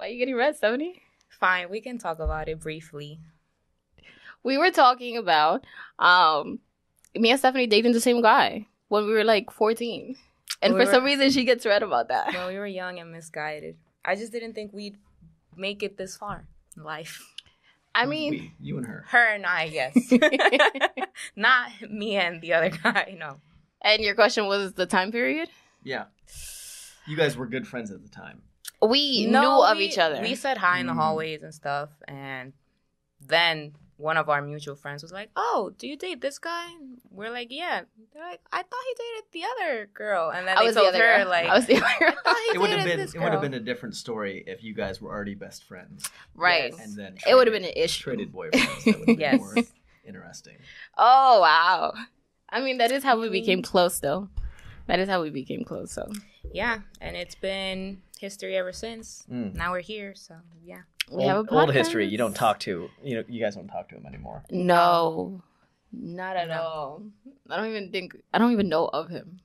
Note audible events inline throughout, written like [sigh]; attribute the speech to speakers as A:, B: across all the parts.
A: getting red, 70?
B: Fine, we can talk about it briefly.
A: We were talking about um me and Stephanie dating the same guy when we were like 14. And
B: We
A: for
B: were-
A: some reason she gets red about that.
B: When we were young and misguided, I just didn't think we'd make it this far
A: [laughs]
B: in life.
A: I
C: [laughs]
A: mean,
C: We- you and her.
B: Her and I, yes. [laughs] Not me and the other guy, no.
A: and your question was the time period?
C: Yeah. You guys were good friends at the time.
A: We
B: No,
A: knew of
B: we-
A: each other.
B: We said hi in the
C: Mm.
B: hallways and stuff, and then one of our mutual friends was like, "Oh, do you date this guy?" And we're like, "Yeah." They're like, "I thought he dated the other girl," and then
A: I
B: they
A: was the
B: told
A: other
B: her
A: girl.
B: like,
A: I was the other girl.
B: "Thought he
C: It would have
B: dated
C: been
B: this
C: it would have
B: girl."
C: been a different story if you guys were already best friends.
A: [laughs] Right.
B: Yes.
C: And then
A: It would have been
C: traded-
A: an issue.
C: traded boyfriends.
B: [laughs]
C: That would have been
B: Yes.
C: more interesting.
A: Oh wow. I mean that is how we became close though. That is how we became close, so
B: Yeah, and it's been history ever since.
C: Mm.
B: Now we're here, so yeah.
A: we
C: old,
A: have a
C: old history. You
A: podcast.
C: don't talk to you know you guys don't talk to him anymore.
A: No, not at
B: No.
A: all. I don't even think I don't even know of him.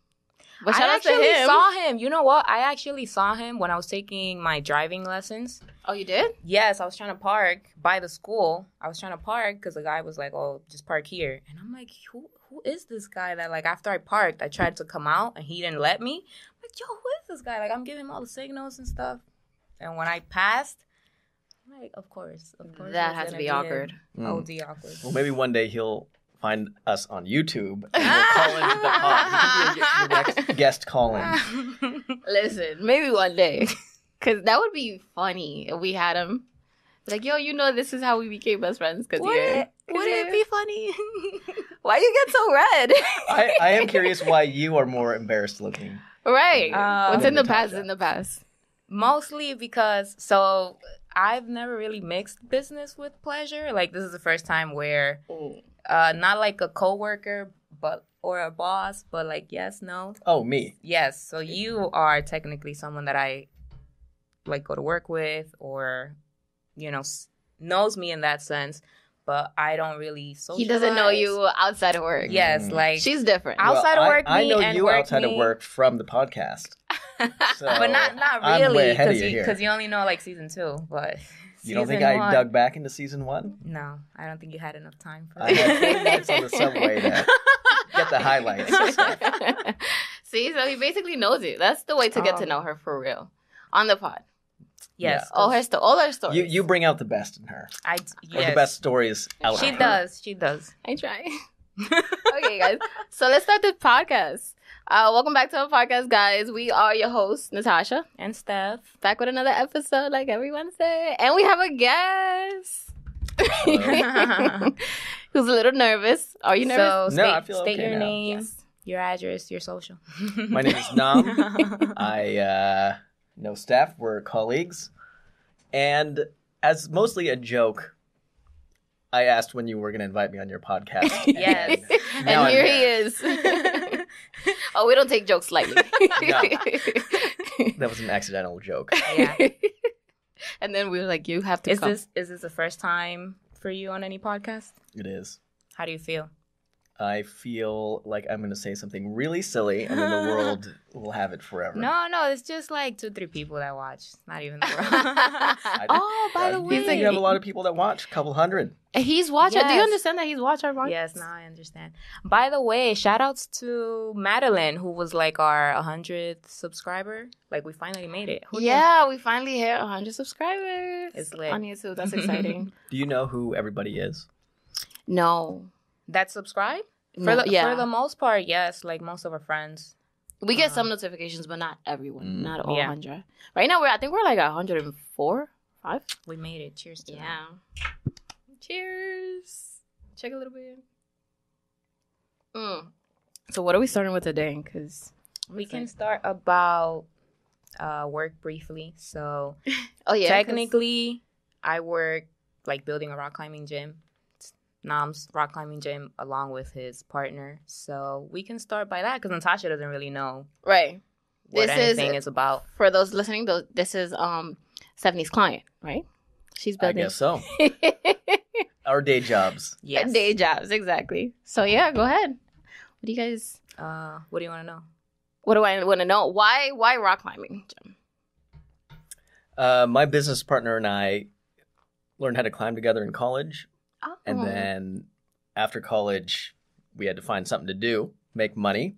A: But shout
B: I
A: out to
B: actually
A: him.
B: saw him. You know what? I actually saw him when I was taking my driving lessons.
A: oh, you did?
B: Yes, I was trying to park by the school. I was trying to park because the guy was like, "Oh, just park here," and I'm like, "Who? Who is this guy?" That like after I parked, I tried to come out and he didn't let me. I'm like, yo, who is this guy? Like I'm giving him all the signals and stuff. And when I passed, I'm like, of course, of course,
A: That
B: it's
A: has to
B: gonna
A: be
B: him. [laughs]
A: awkward.
C: Hmm.
B: Oh, the
C: [laughs]
B: awkward. [laughs]
C: Mm. Well, maybe one day he'll find us on YouTube and he'll call into the pod. He could be a- your next guest calling.
A: [laughs] Listen, maybe one day, [laughs] because that would be funny if we had him. Like, yo, you know, this is how we became best friends. Because
B: would
A: yeah,
B: it, would it be funny? [laughs]
A: Why you get so red? [laughs]
C: I, I am curious why you are more embarrassed looking.
A: right.
B: Uh,
A: What's in the
C: Natasha.
A: past is in the past.
B: Mostly because so I've never really mixed business with pleasure. Like this is the first time where
A: Mm.
B: uh not like a coworker but or a boss, but like yes, no.
C: Oh, me.
B: Yes. So you are technically someone that I like go to work with or you know s- knows me in that sense, but I don't really socialize.
A: He doesn't know you outside of work.
B: Yes,
C: Mm.
B: like
A: She's different. [laughs]
B: I'll- Outside of
C: I-
B: work,
C: I,
B: me,
C: know
B: and
C: you
B: work,
C: outside of
B: me.
C: work from the podcast.
B: [laughs]
C: So
B: but not not
C: I'm way
B: really
C: ahead of
B: because
C: you
B: you
C: here.
B: because you only know like season two, but
C: You don't think
B: season
C: I
B: one-
C: dug back into
B: [laughs]
C: season one?
B: No, I don't think you had enough time for
C: I had
B: that.
C: four minutes on the subway to get the highlights.
A: [laughs] See, so he basically knows it. That's the way to get to
C: Oh.
B: Um,
A: know her for real. On the pod.
B: [laughs] yes,
A: All her sto- all her stories.
C: Oh, You you bring out the best in her,
B: I d-
C: or
B: yes.
C: the best stories out.
B: She
C: of her.
B: does. She does.
A: I [laughs] try. okay, guys. So let's start the podcast. Uh, welcome back to our podcast, guys. We are your hosts, Natasha,
B: And Steph.
A: back with another episode, like every Wednesday, and we have a guest
B: Hello.
A: [laughs] who's a little nervous. Are you nervous?
B: So
C: No,
B: state,
C: I feel
B: state
C: okay
B: your
C: now.
B: name, your address, your social.
C: My name is Nam. I uh, know staff. We're colleagues, and as mostly a joke, I asked when you were going to invite me on your podcast.
B: [laughs] [laughs] Yes.
A: and
C: and [laughs] now I'm
A: here he is. [laughs] oh, we don't take jokes
C: [laughs]
A: lightly.
C: No.
A: [laughs]
C: That was an accidental joke.
B: [laughs]
C: [laughs]
B: yeah.
A: and then we were like, "You have to
B: Is
A: come."
B: [laughs] this is this the first time for you on any podcast?
C: It is.
B: How do you feel?
C: I feel like I'm going to say something really silly, and
B: [laughs]
C: then the world will have it forever.
B: No, no, it's just like two, three people that watch. Not even the
C: [laughs]
B: world. [laughs]
A: oh, by the
C: I do think
A: way,
C: you have a lot of people that watch, a couple hundred.
A: he's watched. Do you
B: Yes.
A: understand that he's watched our podcast?
B: yes, now I understand. By the way, shout outs to Madeline, who was like our 100th subscriber. Like, we finally made it. Who knew?
A: Yeah, we finally hit 100 subscribers
B: It's lit.
A: on YouTube. [laughs] That's exciting.
C: Do you know who everybody is?
A: no,
B: That subscribe?
A: No,
B: For, the,
A: yeah,
B: for the most part, yes. Like, most of our friends.
A: we get some
B: um,
A: notifications, but not everyone,
C: Mm.
A: not all
B: Yeah.
A: 100. Right now, we're I think we're like 104, five.
B: We made it. Cheers to that.
A: Yeah. Cheers. Check a little bit. Mm. So what are we starting with today? Because
B: We can start about uh, work briefly. So
A: oh yeah, 'cause-
B: technically, I work like building a rock climbing gym. It's Nam's rock climbing gym along with his partner. So we can start by that because Natasha doesn't really know
A: right.
B: what
A: This is-
B: anything is, about.
A: For those listening, though, this is um Stephanie's client, right? She's
C: I
A: building
C: guess so.
A: [laughs]
C: Our day jobs.
B: Yes.
A: day jobs exactly. So yeah, go ahead. What do you guys?
B: Uh, what do you want to know?
A: What do I want to know? Why? Why rock climbing, Jim?
C: Uh, my business partner and I learned how to climb together in college,
A: Oh.
C: and then after college, we had to find something to do, make money,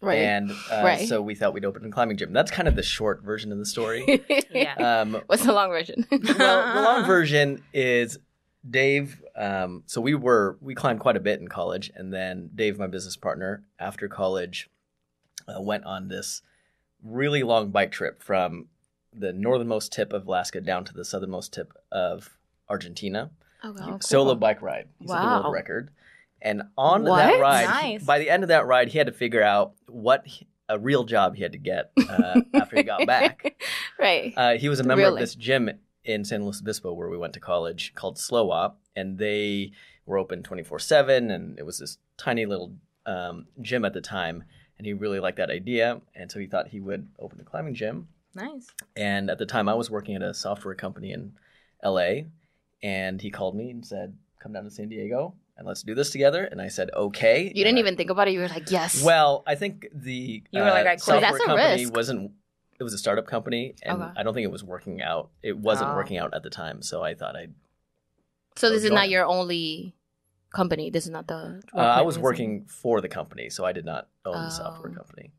A: right. [laughs]
C: and uh,
A: Right.
C: so we thought we'd open a climbing gym. That's kind of the short version of
A: [laughs]
C: the story.
B: Yeah.
C: um,
A: What's the long version?
C: [laughs] well,
A: [laughs]
C: the long version is Dave. Um, so we were we climbed quite a bit in college, and then Dave, my business partner, after college, uh, went on this really long bike trip from the northernmost tip of Alaska down to the southernmost tip of Argentina.
A: oh, wow, cool.
C: Solo bike ride. He set the
A: Wow.
C: world record. And on that
A: What?
C: ride,
B: Nice.
C: by the end of that ride, he had to figure out what he- a real job he had to get uh, after
A: [laughs]
C: he got back.
A: right.
C: Uh, he was a member of
A: Really?
C: this gym in San Luis Obispo where we went to college called Slow Op, and they were open 24 7. And it was this tiny little um, gym at the time. And he really liked that idea. And so he thought he would open a climbing gym.
B: Nice.
C: And at the time, I was working at a software company in LA. And he called me and said, Come down to San Diego and let's do this together. And I said, Okay.
A: you
C: And
A: didn't
C: I-
A: even think about it. You were like, yes.
C: well, I think the uh,
B: You were like, I quit.
C: software
A: That's a
C: company
A: risk.
C: wasn't. It was a startup company, and
A: Okay.
C: I don't think it was working out. It wasn't
B: Oh.
C: working out at the time, so I thought I'd.
A: so this is
C: Join.
A: not your only company. This is not the.
C: Uh, I was working for the company, so I did not own the software
A: Oh.
C: company.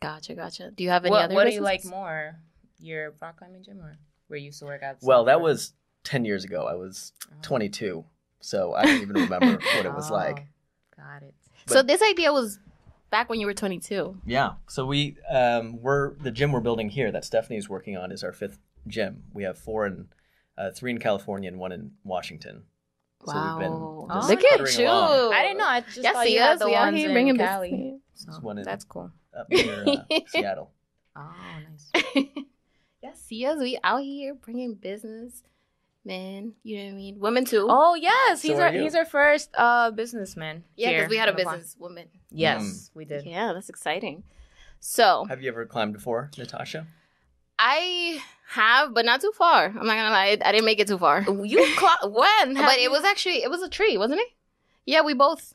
A: Gotcha, gotcha. Do you have any
B: What,
A: other?
B: what do you like
A: businesses?
B: more? Your rock climbing gym or where you used to work at?
C: Well, that was ten years ago. I was
B: Oh.
C: twenty-two, so I don't
B: [laughs]
C: even remember what it was
B: Oh,
C: like.
B: Got it.
A: so this idea was back when you were 22.
C: Yeah. So we um, we're the gym we're building here that Stephanie's working on is our fifth gym. We have four in uh, three in California and one in Washington.
A: Wow.
B: just
A: Look at
C: puttering
A: you.
C: along.
B: I didn't know. I just
A: Yes,
B: thought
A: see
B: you
A: us.
B: had the
A: we out
B: ones
A: here
B: in
A: bringing
B: Cali. [laughs]
A: business.
C: There's one in-
B: that's cool. [laughs]
C: up near uh, Seattle.
B: Oh, nice.
A: [laughs] Yes, see us. We out here bringing business, man. You know what I mean? Women too.
B: Oh yes,
C: So
B: he's
C: are
B: our
C: you.
B: he's our first uh businessman.
A: yeah,
B: here
A: because we had a
B: in La Paz.
A: business woman.
B: Yes,
C: Mm.
B: we did.
A: Yeah, that's exciting. So
C: Have you ever climbed before, Natasha?
A: I have, but not too far. I'm not gonna lie. I didn't make it too far.
B: You caught [laughs] when?
A: but it was actually it was a tree, wasn't it? Yeah, we both.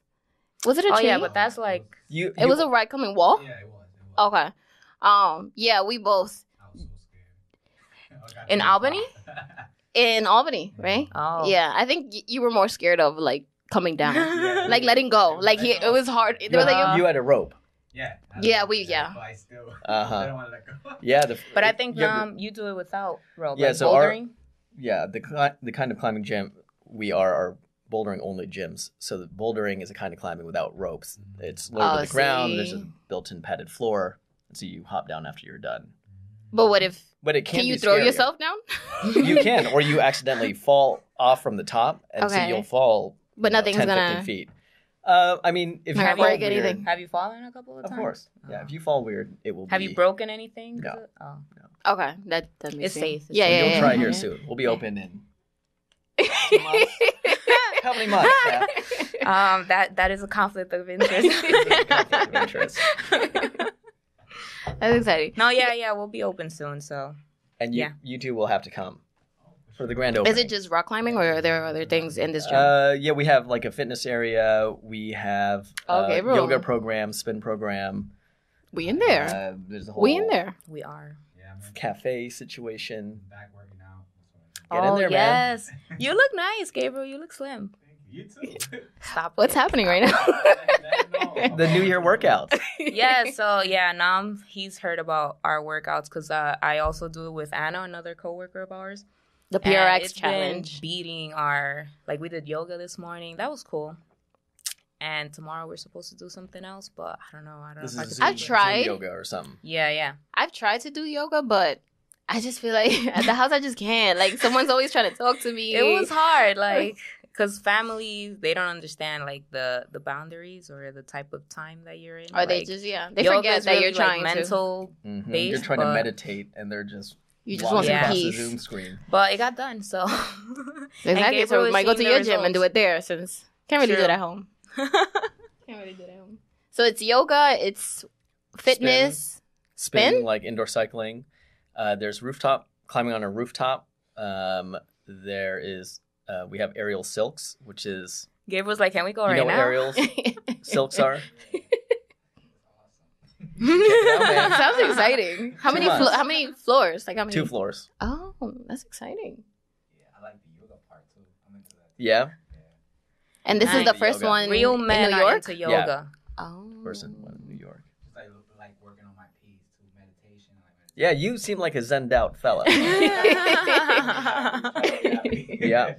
A: Was it a
B: Oh
A: tree?
B: yeah, but that's like
C: You
A: it was a right coming wall.
D: Yeah, it was. It was.
A: Okay. Um. Yeah, we both
D: I was so scared. I got
B: In
D: terrified.
B: Albany?
A: in Albany, right?
B: oh
A: Yeah, I think y- you were more scared of like coming
B: [laughs]
A: down,
D: Yeah.
A: like letting go. Like he, it was hard. They
C: you,
A: were
C: had,
A: like,
B: Uh,
C: you had a rope.
D: yeah. I
A: Yeah,
D: don't-
A: we- yeah.
D: But I still.
C: Uh-huh.
D: I don't want to let go.
C: Yeah, the,
B: But I think
C: you have-
B: um you do it without rope.
C: Yeah,
B: like
C: so our-
B: bouldering.
C: yeah the cli- the kind of climbing gym we are are bouldering only gyms. So the bouldering is a kind of climbing without ropes. It's lower
A: Oh,
C: to the ground. There's a
A: see.
C: built-in padded floor, and so you hop down after you're done.
A: but what if?
C: But it can,
A: Can you
C: be
A: throw
C: scarier.
A: yourself down?
C: You can, or
A: [laughs]
C: you accidentally fall off from the top, and so
A: Okay.
C: you'll fall. you
A: But
C: know,
A: nothing's
C: 10,
A: gonna.
C: 15 feet. Uh, I mean,
A: Not
C: if you
A: gonna
C: fall
A: break
C: weird,
A: anything.
B: Have you fallen a couple of,
C: of
B: times?
C: course, yeah.
B: Oh.
C: If you fall weird, it will.
B: Have you
C: be,
B: broken anything?
C: No.
B: Oh.
A: Okay, that that makes
B: It's safe. It's
A: Yeah,
B: safe.
A: yeah,
C: You'll
A: yeah.
C: try
A: yeah.
C: here
A: [laughs]
C: soon. We'll be open in
A: yeah.
C: how many months? Steph?
B: Um, that that is a conflict of interest.
A: [laughs]
B: [laughs]
C: Conflict of interest.
A: That's exciting.
B: no, yeah, yeah, we'll be open soon. So
C: And you,
B: Yeah.
C: you two will have to come for the grand opening.
A: Is it just rock climbing, or are there other things in this gym?
C: Uh, yeah, we have like a fitness area. We have uh,
A: Okay, everyone.
C: yoga program, spin program.
A: we in there?
C: Uh, there's a whole
A: we in there?
B: we are.
D: Yeah, I'm in-
C: cafe situation.
D: I'm back working out. That's what I do.
C: Get in
B: oh
C: there, man.
B: yes, you look nice, Gabriel. You look slim.
D: Thank you. You
B: [laughs]
D: too.
B: Stop.
A: What's
B: it.
A: happening right now?
C: [laughs] The New Year
A: [laughs]
C: workouts.
B: [laughs] yeah, so yeah, Nam, he's heard about our workouts because uh, I also do it with Anna, another coworker of ours.
A: the
B: And
A: PRX
B: it's
A: challenge.
B: Been beating our like we did yoga this morning. That was cool. And tomorrow we're supposed to do something else, but I don't know. I don't
C: This
B: know.
C: is
B: I
A: I've
B: could
C: Zoom,
B: do it.
A: tried-
C: Zoom yoga or something.
B: Yeah, yeah.
A: I've tried to do yoga, but I just feel like [laughs] at the house I just can't. Like someone's always trying to talk to me.
B: It
A: [laughs]
B: was hard, like because families they don't understand like the the boundaries or the type of time that you're in.
A: or they
B: Like,
A: just yeah they
B: yoga
A: forget
B: is
A: that
B: really,
A: you're
B: like,
A: trying to.
B: mental.
C: Mhm.
B: Based,
C: You're trying to
B: but-
C: meditate, and they're just
A: You just want
C: walking
A: some
B: Yeah.
C: across the
A: peace.
C: Zoom screen.
B: But it got done, so [laughs]
A: Exactly. So
B: Gabriel
A: we
B: is
A: might go to
B: seeing
A: your
B: the
A: gym and do
B: results.
A: it there since can't really do
B: True.
A: it at
B: [laughs]
A: home. Can't really do it at home. So it's yoga. It's fitness.
C: spin,
A: Spin?
C: like indoor cycling. Uh, there's rooftop climbing on a rooftop. Um, there is uh, we have aerial silks, which is
B: [laughs]
A: [laughs]
B: Gabe was like, "Can we go
C: you
B: right
C: know what
B: now?"
C: aerial silks are. it out, man.
B: [laughs]
A: Sounds exciting. How
C: Two
A: many flo-
C: months.
A: how many floors? Like how many?
C: Two floors.
A: Oh, that's exciting.
D: Yeah, I like the yoga part too. I'm into that.
C: Yeah.
A: And this is
B: Nice.
A: the first
C: Yoga.
A: one
B: Real
A: in
B: men
A: New
B: are
A: York.
B: into yoga.
A: oh,
C: Person one in New York.
D: Just like like working on my P's too, meditation. Like meditation.
C: Yeah, you seem like a zened out fella.
B: [laughs]
A: [laughs]
C: Yeah.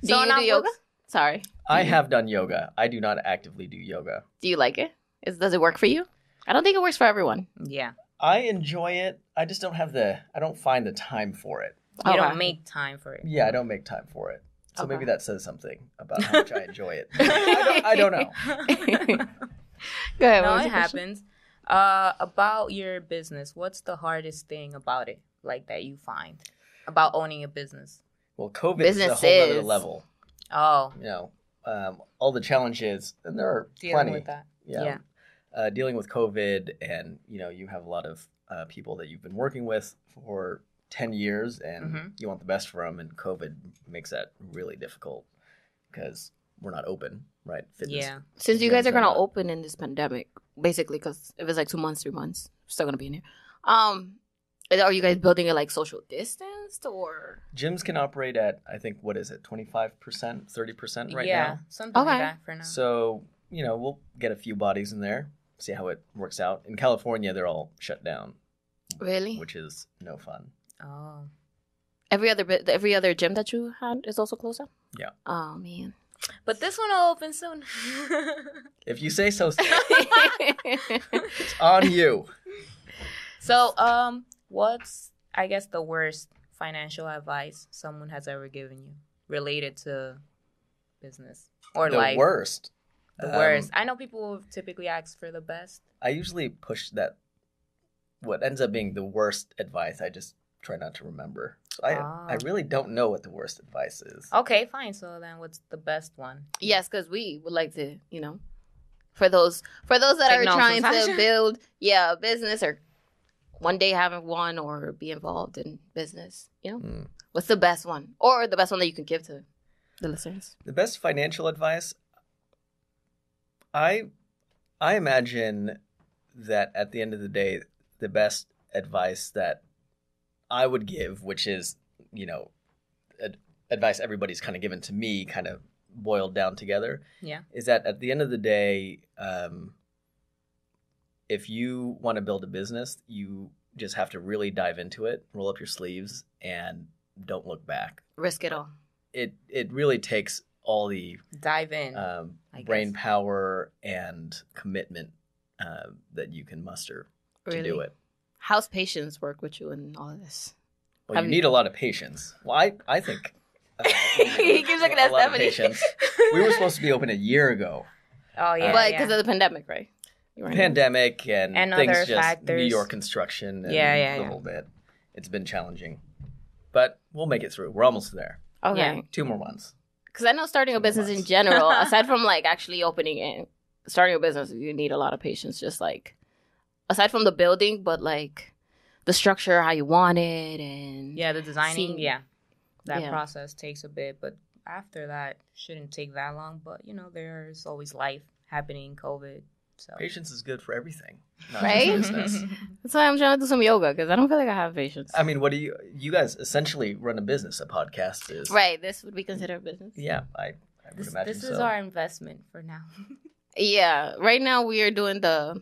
A: Do
B: So
A: you
B: now
A: do yoga?
B: what's-
A: Sorry.
C: I have done yoga. I do not actively do yoga.
A: Do you like it? Is does it work for you? I don't think it works for everyone.
B: Yeah.
C: I enjoy it. I just don't have the I don't find the time for it.
B: You
A: Okay.
B: don't make time
A: [laughs]
B: for it. [laughs]
C: Yeah, I don't make time for it. So
A: Okay.
C: maybe that says something about how much I enjoy
B: [laughs]
C: it. I don't, I don't know.
A: [laughs] Go ahead. what was
B: no, it
A: your question?
B: happens. Uh, about your business, what's the hardest thing about it, like that you find about owning a business?
C: Well, COVID is a whole other
A: Businesses.
C: level.
B: Oh,
C: You know, um, all the challenges, and there are
B: dealing
C: plenty.
B: with that.
C: yeah,
B: Yeah.
C: Uh, dealing with COVID, and you know, you have a lot of uh, people that you've been working with for ten years, and
B: Mhm.
C: you want the best for them, and COVID makes that really difficult because we're not open, right?
B: Yeah.
A: Since you
C: Yeah,
A: guys are gonna
C: exactly.
A: open in this pandemic, basically, because if it's like two months, three months, we're still gonna be in here. Um, are you guys building it like social distanced or?
C: Gyms can operate at I think what is it, twenty five percent, thirty percent right
B: yeah.
C: now.
B: Something like
A: Okay.
B: that for now.
C: So, you know, we'll get a few bodies in there, see how it works out. In California, they're all shut down,
B: Eh.
A: Really?
C: which is no fun.
B: oh.
A: Every other bit, every other gym that you had is also closed down.
C: Yeah.
A: Oh
B: [laughs]
A: man. [laughs]
B: But this one will open soon. [laughs]
C: If you say so, it's [laughs] on you.
B: so, um, what's I guess the worst financial advice someone has ever given you related to business or
C: the
B: life?
C: worst.
B: The
C: Um,
B: worst. I know people typically ask for the best.
C: I usually push that. What ends up being the worst advice, I just try not to remember. So I,
B: Ah. Oh.
C: I really don't know what the worst advice is.
B: Okay, fine. So then, what's the best one?
A: yes, because we would like to, you know, for those for those that
B: Take
A: are
B: notes,
A: trying to
B: Natasha.
A: build, yeah, a business or one day having one or be involved in business. You know,
C: Mm.
A: what's the best one or the best one that you can give to the listeners?
C: The best financial advice, I, I imagine that at the end of the day, the best advice that I would give, which is you know, ad- advice everybody's kind of given to me, kind of boiled down together,
B: Yeah.
C: is that at the end of the day, um, if you want to build a business, you just have to really dive into it, roll up your sleeves, and don't look back.
A: Risk it all.
C: It it really takes all the
B: Dive in.
C: um,
B: I
C: brain
B: guess.
C: power and commitment uh, that you can muster
A: Really.
C: to do it.
A: How's patience work with you in all of this?
C: Well,
A: Have
C: you
A: you-
C: need a lot of patience. Well, I, I think.
B: [laughs]
C: uh,
A: He keeps looking at
C: a lot of
A: Stephanie.
C: patience. We were supposed to be open a year ago.
B: oh yeah.
A: Like,
B: yeah.
A: because of the pandemic, right? You weren't-
C: pandemic and,
B: And
C: things
B: other
C: just New
B: factors.
C: York construction and
B: Yeah, yeah,
C: the
B: yeah.
C: whole bit. It's been challenging, but we'll make it through. We're almost there.
A: Okay.
B: Yeah.
C: Two more months.
A: Because I know starting a
C: Two months.
A: business in [laughs] general, aside from like actually opening it, starting a business, you need a lot of patience. Just like, aside from the building, but like the structure, how you want it, and
B: yeah, the designing.
A: Seeing-
B: yeah, that
A: Yeah.
B: process takes a bit, but after that shouldn't take that long. But you know, there's always life happening, COVID. So
C: Patience is good for everything, not
A: Right?
B: [laughs]
C: just business.
A: That's why I'm trying to do some yoga because I don't feel like I have patience.
C: I mean, what do you? You guys essentially run a business. A podcast is
A: right. This would be considered business.
C: Yeah, I, I would
B: this,
C: imagine
B: this
C: so.
B: is our investment for now.
A: Yeah. Right now we are doing the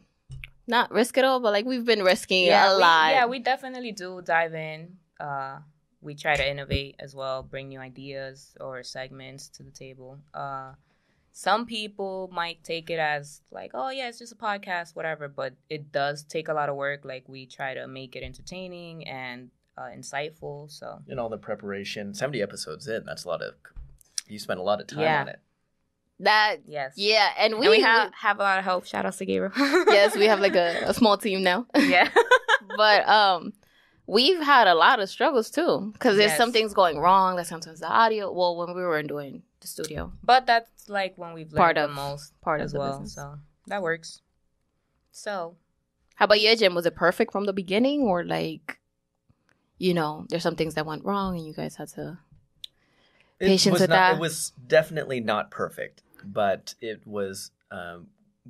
A: not risk it all, but like we've been risking a
B: we,
A: lot.
B: Yeah, we definitely do dive in. Uh, we try to innovate as well, bring new ideas or segments to the table. Uh, some people might take it as like, oh yeah, it's just a podcast, whatever. But it does take a lot of work. Like we try to make it entertaining and uh, insightful. So
C: and all the preparation. Seventy episodes in. That's a lot of. You spend a lot of time
B: Yeah.
C: on it.
A: that.
B: yes,
A: Yeah, and
B: And
A: we,
B: we, have have a lot of hope. Shout out to Gabriel.
A: [laughs] yes, we have like a, a small team now.
B: [laughs]
A: [laughs]
B: yeah.
A: but um we've had a lot of struggles too because there's
B: Yes.
A: some things going wrong like sometimes the audio well when we were doing the studio
B: But that's like when we've learned
A: Part
B: the
A: of-
B: most
A: part
B: as
A: of the
B: well.
A: business
B: So that works.
A: [laughs]
B: So
A: how about your jim was it perfect from the beginning or like you know there's some things that went wrong and you guys had to
C: It
A: Patience
C: was
A: with
C: not,
A: that.
C: It was definitely not perfect, but it was um,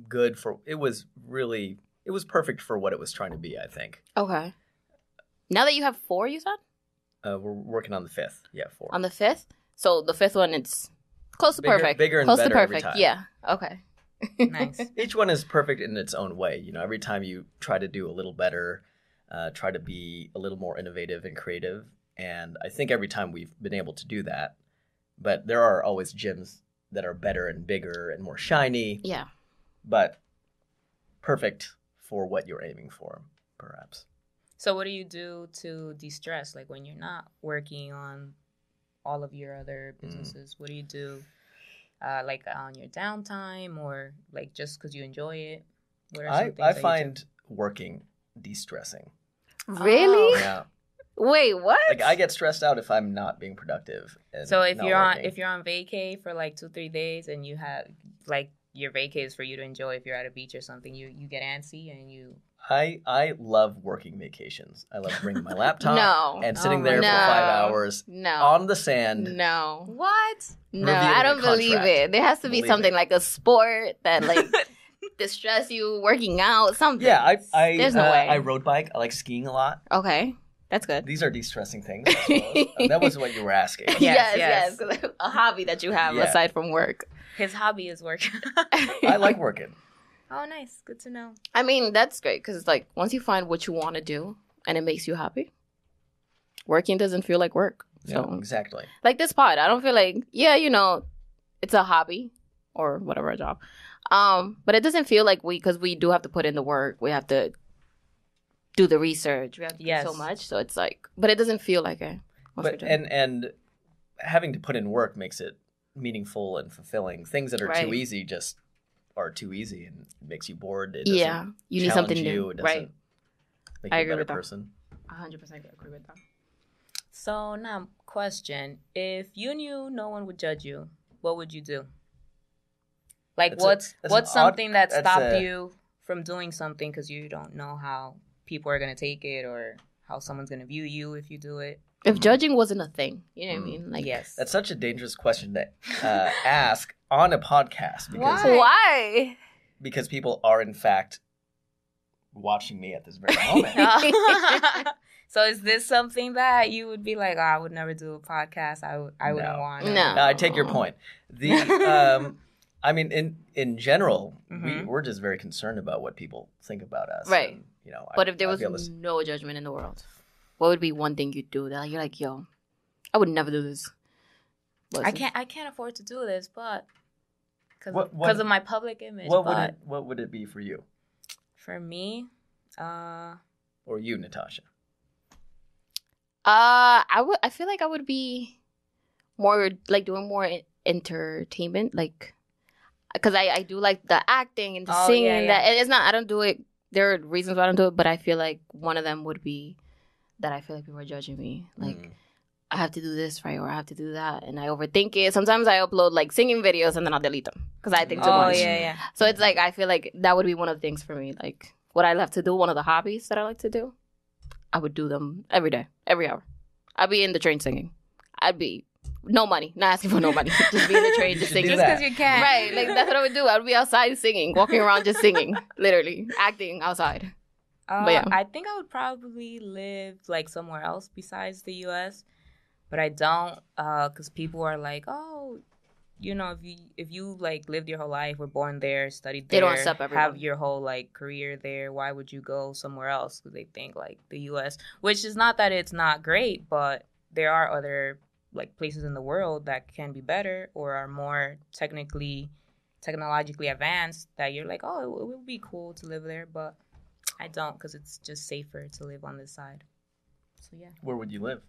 C: good for. It was really it was perfect for what it was trying to be. I think
A: Okay. Now that you have four, you said
C: uh, we're working on the fifth. Yeah, four.
A: on the fifth. So the fifth one, it's close to
C: Bigger-
A: perfect.
C: bigger and
A: close to
C: better every
A: perfect.
C: time.
A: Yeah. Okay.
B: nice.
C: Each one is perfect in its own way. You know, every time you try to do a little better, uh, try to be a little more innovative and creative, and I think every time we've been able to do that. But there are always gyms that are better and bigger and more shiny,
A: Yeah.
C: but perfect for what you're aiming for, perhaps.
B: So what do you do to de-stress like when you're not working on all of your other
C: Mm.
B: businesses? What do you do uh, like on your downtime or like just cuz you enjoy it? What some
C: I,
B: things
C: I
B: that you do?
C: find working de-stressing.
A: Really?
C: Yeah,
A: Oh. Wait, what?
C: like I get stressed out if I'm not being productive. And
B: So if
C: not
B: you're on
C: working.
B: if you're on vacay for like 2-3 days and you have like your vacay is for you to enjoy if you're at a beach or something, you you get antsy and you
C: I I love working vacations. I love bringing my
A: [laughs]
C: laptop
A: No.
C: and
B: Oh
C: sitting
B: my
C: there for five
A: God.
C: hours
A: no.
C: on the sand.
A: No.
B: What?
A: No,
C: Reviewing
A: I
C: a
A: don't believe
C: contract.
A: it. There has to be
C: Believe
A: something
C: it.
A: like a sport that [laughs] like distress you, working out, something.
C: Yeah, I I
A: There's no
C: uh,
A: way.
C: I road bike. I like skiing a lot.
A: Okay. That's good.
C: These are de-stressing
A: [laughs]
C: things. I suppose. Uh, that was what you were asking.
B: Yes,
A: Yes, yes. a hobby that you have
C: Yeah.
A: aside from work.
B: His hobby is work. [laughs]
C: I like working.
B: oh, nice. Good to know.
A: I mean, that's great because it's like once you find what you want to do and it makes you happy, working doesn't feel like work. So,
C: Yeah, exactly.
A: like this pod, I don't feel like, yeah, you know, it's a hobby or whatever a job. Um, but it doesn't feel like we, because we do have to put in the work, we have to do the research, we have to
B: Yes.
A: do so much. So it's like, but it doesn't feel like it. once we're
C: But
A: done.
C: and and having to put in work makes it meaningful and fulfilling. Things that are
A: Right.
C: too easy just are too easy and makes you bored. It doesn't
A: yeah, you need
C: challenge
A: something
C: you.
A: new,
C: It doesn't
A: right?
C: Make
A: I
C: you a
A: agree
C: better
A: with that.
C: person.
A: 100% agree with that.
B: So now, question: If you knew no one would judge you, what would you do? Like,
C: That's a-
B: what's
C: that's
B: what's
C: an odd-
B: something that
C: that's
B: stopped
C: a-
B: you from doing something because you don't know how people are gonna take it or how someone's gonna view you if you do it?
A: If
C: Mm.
A: judging wasn't a thing, you know what
C: Mm.
A: I mean? Like,
B: yes.
C: That's [laughs] such a dangerous question to uh, ask on a podcast because
B: Why?
A: why?
C: because people are in fact watching me at
A: [laughs]
C: this very moment.
B: [laughs] so is this something that you would be like, oh, I would never do a podcast. I would. I wouldn't
C: No.
B: want.
A: No.
C: no, I take your point. The
A: [laughs]
C: um, I mean, in in general, we
B: Mhm.
C: we're just very concerned about what people think about us,
A: Right.
C: and, you know, I-
A: But if there
C: I
A: was
C: feel this-
A: no judgment in the world, what would be one thing you'd do that you're like, yo, I would never do this? But
B: I can't. I can't afford to do this, but because
C: What- what-
B: because of my public image.
C: what would
B: but
C: it what would it be for you
B: for me, uh,
C: or you, Natasha?
A: Uh, I would. I feel like I would be more like doing more en- entertainment, like because I I do like the acting and the
B: Oh, yeah,
A: singing.
B: yeah.
A: That and it's not. I don't do it. There are reasons why I don't do it, but I feel like one of them would be that I feel like people are judging me, like.
C: Mm.
A: I have to do this right or I have to do that, and I overthink it. Sometimes I upload like singing videos and then I'll delete them because I think too
B: oh
A: much.
B: yeah, yeah.
A: So it's like I feel like that would be one of the things for me. Like what I love to do, one of the hobbies that I like to do, I would do them every day, every hour. I'd be in the train singing. I'd be no money, not asking for no money, [laughs] just be in the
B: [laughs]
A: train
C: You
A: just
C: should [laughs] do
A: singing.
C: that.
B: Just because you can,
A: Right, like that's what I would do. I'd be outside singing, walking around just
C: [laughs]
A: singing, literally acting outside.
B: Uh,
A: yeah.
B: I think I would probably live like somewhere else besides the U.S., but I don't, because people are like, oh, you know, if you if you like lived your whole life, were born there, studied
A: They
B: there,
A: don't accept everyone.
B: have your whole like career there, why would you go somewhere else? Because they think like the U.S., which is not that it's not great, but there are other like places in the world that can be better or are more technically technologically advanced that you're like oh it would be cool to live there but I don't because it's just safer to live on this side. So yeah.
C: Where would you live?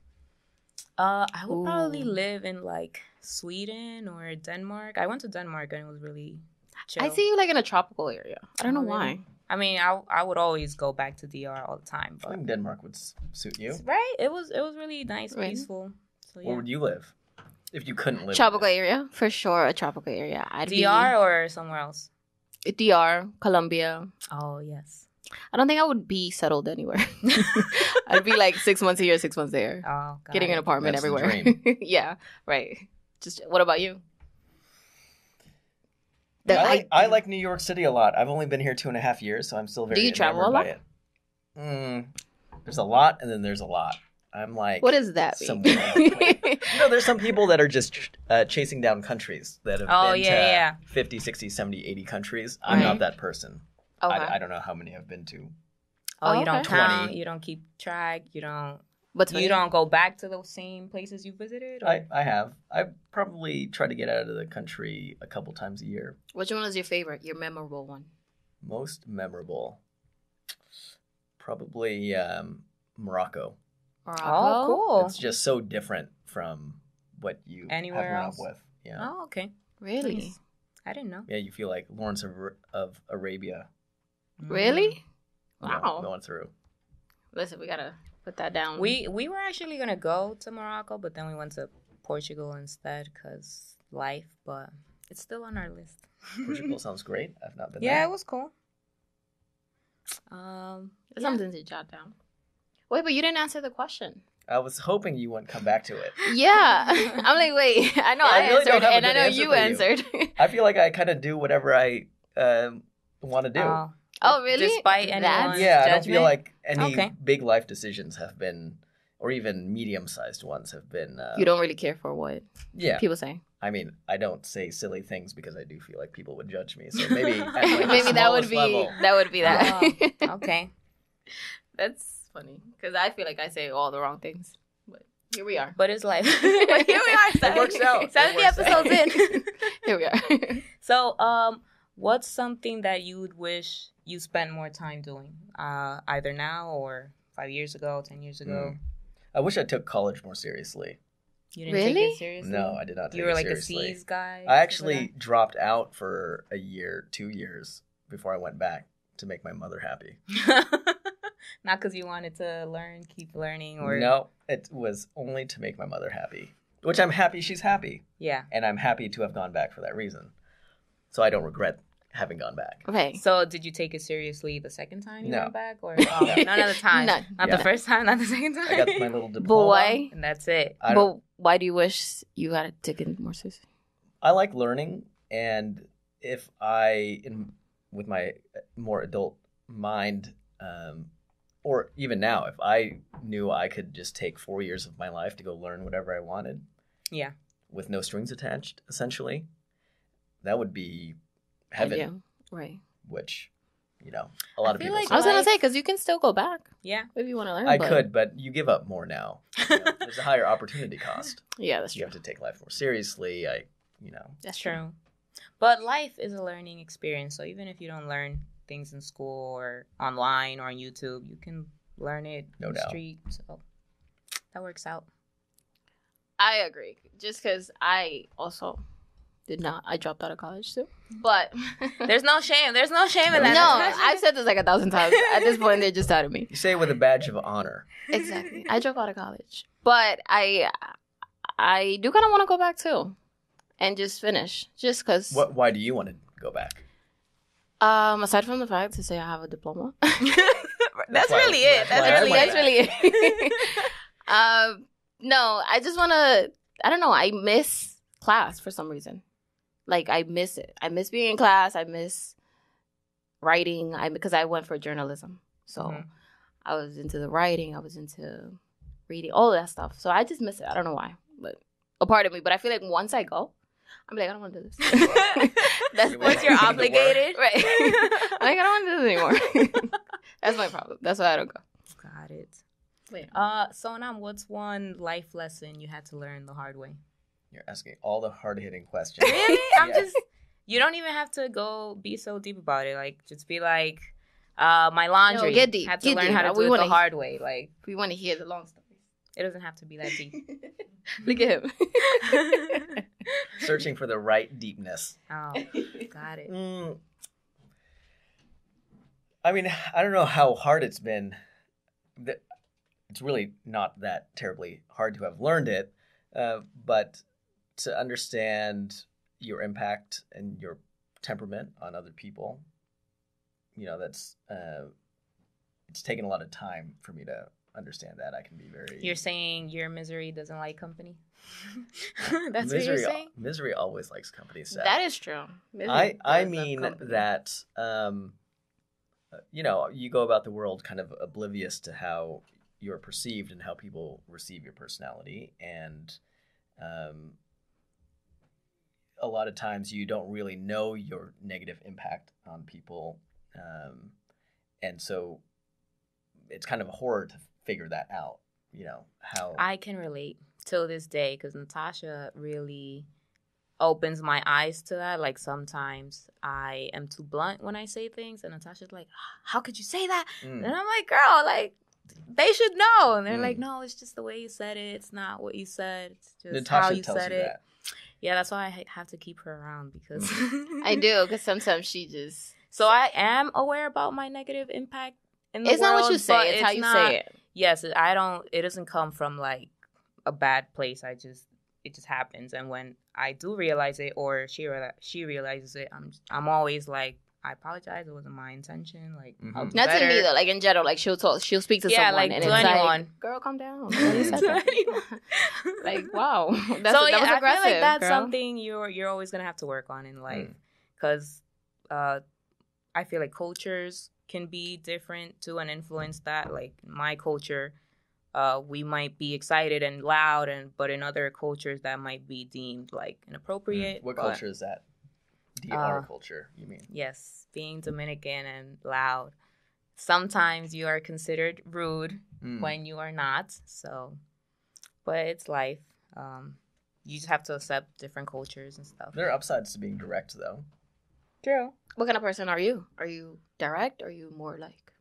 B: Uh, I would probably
A: Ooh.
B: live in like Sweden or Denmark. I went to Denmark and it was really chill.
A: I see you like in a tropical area. I don't know
B: Oh,
A: why.
B: really? I mean, I I would always go back to DR all the time,
C: I
B: but
A: Uh,
C: think Denmark would s- suit you.
B: right? It was it was really nice,
A: Really?
B: peaceful. So
C: Where
B: yeah.
C: would you live if you couldn't live?
A: Tropical area for sure. A tropical area. I'd
B: DR or somewhere else?
A: be DR, Colombia.
B: Oh
A: [laughs]
B: yes.
A: I don't think I would be settled anywhere. [laughs] I'd be like six months here, six months there.
B: Oh god.
A: getting an apartment
C: That's the
A: [laughs] everywhere. yeah, right. Just what about you? The-
C: I, like, I like New York City a lot. I've only been here two and a half years, so I'm still very.
A: Do you travel
C: enamored
A: a lot?
C: By it. Mm, there's a lot, and then there's a lot. I'm like,
A: what does that
C: somewhere
A: [laughs] mean?
C: No, there's some people that are just ch- uh, chasing down countries that have
B: Oh,
C: been
B: yeah,
C: to
B: yeah.
C: 50, 60, 70, countries. I'm
A: Right.
C: not that person. I, I don't know how many I've been to.
B: Oh,
A: Oh,
B: you don't
A: okay.
B: count.
C: 20.
B: You don't keep track. You don't.
A: but to me-
B: You don't go back to those same places you visited. Or?
C: I, I have. I probably try to get out of the country a couple times a year.
A: Which one is your favorite? Your memorable one?
C: Most memorable, probably um, Morocco.
B: oh, cool.
C: It's just so different from what you
B: Anywhere
C: have grown
B: else?
C: up with. Yeah.
B: Oh, okay.
A: Really?
B: Nice.
C: Mm-hmm.
B: I didn't know.
C: Yeah, you feel like Lawrence of, of Arabia
A: Really?
C: you know,
A: Wow.
C: going through.
A: Listen, we gotta put that
C: Um,
A: down.
B: We we were actually gonna go to Morocco, but then we went to Portugal instead because life. But it's still on our list. [laughs]
C: Portugal sounds great. I've not been
B: yeah,
C: there.
B: it was cool. Um,
A: That's something to jot down. Wait, but you didn't answer the question.
C: [laughs] I was hoping you wouldn't come back to it.
B: [laughs]
A: Yeah, [laughs]
C: [laughs]
A: I'm like, wait. [laughs] I know
C: Yeah,
A: I,
C: I really
A: answered,
C: don't have a
A: and I
C: good
A: know
C: answer
A: you
C: for you.
A: answered. [laughs]
C: I feel like I kind of do whatever I um, want to do.
B: oh,
A: oh, really?
B: Despite anyone's
A: That's-
C: yeah, I don't feel
B: judgment?
C: like any
B: Okay.
C: big life decisions have been, or even medium sized ones have been. Uh,
A: you don't really care for what
C: Yeah,
A: people say.
C: I mean, I don't say silly things because I do feel like people would judge me. So maybe
B: [laughs]
C: at like the
A: Maybe that would
C: smallest
A: be
C: level.
A: that would be that.
B: okay.
A: [laughs] That's funny because I feel like I say all the wrong things. But here we are.
B: But it's life.
A: But [laughs]
B: [laughs]
A: here we are.
C: It works out. It
B: Seventy
C: works out.
B: episodes
A: [laughs]
B: in.
A: Here we are. [laughs]
B: So, um, what's something that you would wish you spent more time doing, uh, either now or five years ago, ten years ago?
C: Hmm. I wish I took college more seriously.
B: You didn't take
A: Really?
B: it seriously.
C: No, I did not. Take
B: you were
C: it
B: like
C: seriously.
B: a C's guy.
C: I actually dropped out for a year, two years before I went back to make my mother happy.
B: [laughs] not because you wanted to learn, keep learning, or
C: No, it was only to make my mother happy, which I'm happy she's happy,
B: Yeah.
C: and I'm happy to have gone back for that reason. So I don't regret having gone back.
A: Okay.
B: So, did you take it seriously the second time you
C: [laughs] No.
B: went back, or oh, none of the time?
A: None.
B: Not
C: Yeah.
B: the first time, not the second time.
C: I got
B: [laughs]
A: [laughs]
C: my little diploma.
A: Boy.
B: and that's
C: [laughs]
B: it.
C: I, don't,
A: But why do you wish you had taken more seriously?
C: I like learning, and if I, in, with my more adult mind, um, or even now, if I knew I could just take four years of my life to go learn whatever I wanted,
B: Yeah.
C: with no strings attached, essentially, that would be heaven.
A: Yeah. Right.
C: which you know a lot
B: I
C: of
B: feel
C: people
B: like
C: say,
A: I was gonna
B: Life-
A: say because you can still go back
B: Yeah.
A: if you want to learn.
C: I
A: but-
C: could, but you give up
B: [laughs]
C: more now. You know, there's a higher opportunity cost.
A: Yeah, that's
C: You
A: true.
C: have to take life more seriously. I, you know,
A: That's
B: True. But life is a learning experience. So even if you don't learn things in school or online or on YouTube, you can learn it
C: No
B: on the
C: doubt.
B: street. So that works
A: [laughs]
B: out.
A: I agree. Just because I also did not, I dropped out of college too. [laughs] But no,
B: There's no shame. There's no shame in that. [laughs]
C: [laughs]
A: I've said this like a thousand times. At this point, they're just out of me.
C: you say it with a badge of honor.
A: [laughs] Exactly. I dropped out of college, but I, I do kind of want to go back too, and just finish. Just because.
C: What? Why do you want to go back?
A: Um, aside from the fact to say I have a diploma,
B: [laughs] That's
C: That's why-
B: really it.
C: that's
B: That's
C: why I
A: that's,
B: really
C: went
B: it.
A: that's really
B: [laughs]
A: it. um, no, I just want to. I don't know. I miss class for some reason. Like I miss it. I miss being in class. I miss writing. I because I went for journalism, so
B: Mhm.
A: I was into the writing. I was into reading, all of that stuff. So I just miss it. I don't know why, but a part of me. But I feel like once I go, I'm like I don't want to do this.
B: [laughs]
A: [laughs] that's
C: You won't
B: Once you're
C: do the work.
B: obligated.
A: right.
B: [laughs]
C: [laughs]
A: I'm [laughs] like I don't want to do this anymore. that's my problem. That's why I don't go.
B: Got it.
A: Wait.
B: Uh, Sonam, what's one life lesson you had to learn the hard
A: [laughs]
B: way?
C: You're asking all the hard hitting questions.
B: Really? I'm
C: Yeah.
B: just. You don't even have to go be so deep about it. Like, just be like, uh, my laundry.
A: get deep,
B: Had to
A: get
B: learn
A: deep.
B: how to
A: We
B: do it the
A: wanna-
B: hard way. Like,
A: We want to hear the long stories.
B: [laughs] it doesn't have to be that deep.
A: [laughs]
B: [laughs]
A: Look at him. [laughs]
C: Searching for the right deepness.
B: oh,
A: [laughs]
B: got it.
C: Mm. I mean, I don't know how hard it's been. Th- It's really not that terribly hard to have learned it, uh, but to understand your impact and your temperament on other people, you know, that's uh, it's taken a lot of time for me to understand that. I can be very
B: You're saying your misery doesn't like company. [laughs] That's what
C: misery. uh,
B: you're saying.
C: Misery always likes company. Seth.
A: That is true. Maybe
C: I
A: it
C: I
A: does love
C: mean
A: company.
C: that um, uh, you know you go about the world kind of oblivious to how you're perceived and how people receive your personality, and um, a lot of times you don't really know your negative impact on people, um, and so it's kind of a horror to figure that out. You know how
B: I can relate till this day because Natasha really opens my eyes to that. Like sometimes I am too blunt when I say things, and Natasha's like, "Ah, "How could you say that?"
C: Mm,
B: And I'm like, "Girl, like." They should know, and they're
C: Mm.
B: like, "No, it's just the way you said it. It's not what you said. It's just how
C: Natasha
B: you
C: tells
B: said
C: you
B: it."
C: that.
B: Yeah, that's why I ha- have to keep her around because
C: Mm.
B: [laughs]
A: I do because sometimes she just.
B: So I am aware about my negative impact. In the
A: It's not what
B: world,
A: you
B: but
A: say; it's, how you
B: not-
A: say it.
B: yes i don't it doesn't come from like a bad place i just it just happens and when i do realize it or she reali- she realizes it i'm i'm always like i apologize it wasn't my intention like I'll
C: Mhm.
B: do
A: Not to me
B: better."
A: though. Like in general, like she'll talk, she'll speak to
B: yeah
A: someone,
B: like
A: and
B: to
A: it's [laughs]
B: anyone
A: like, "Girl, calm
B: [laughs]
A: down."
C: you said
B: To
A: Like,
B: anyone. [laughs]
A: wow, [laughs] that's, that
B: so
A: was
B: yeah,
A: aggressive.
B: I feel like that's
A: girl. Mm.
B: something you're you're always gonna have to work on in life because uh, I feel like cultures can be different too and influence that. Like my culture, uh, we might be excited and loud, and but in other cultures that might be deemed like
A: Mm.
B: inappropriate.
C: Hmm. What
B: but-
C: culture is that? DR
B: Uh,
C: culture, you mean?
B: Yes, being Dominican and loud. Sometimes you are considered rude
C: Mm.
B: when you are not. So, but it's life. Um, you just have to accept different cultures and stuff.
C: There are upsides to being direct, though.
B: True.
A: What kind of person are you? Are you direct? Are you more like?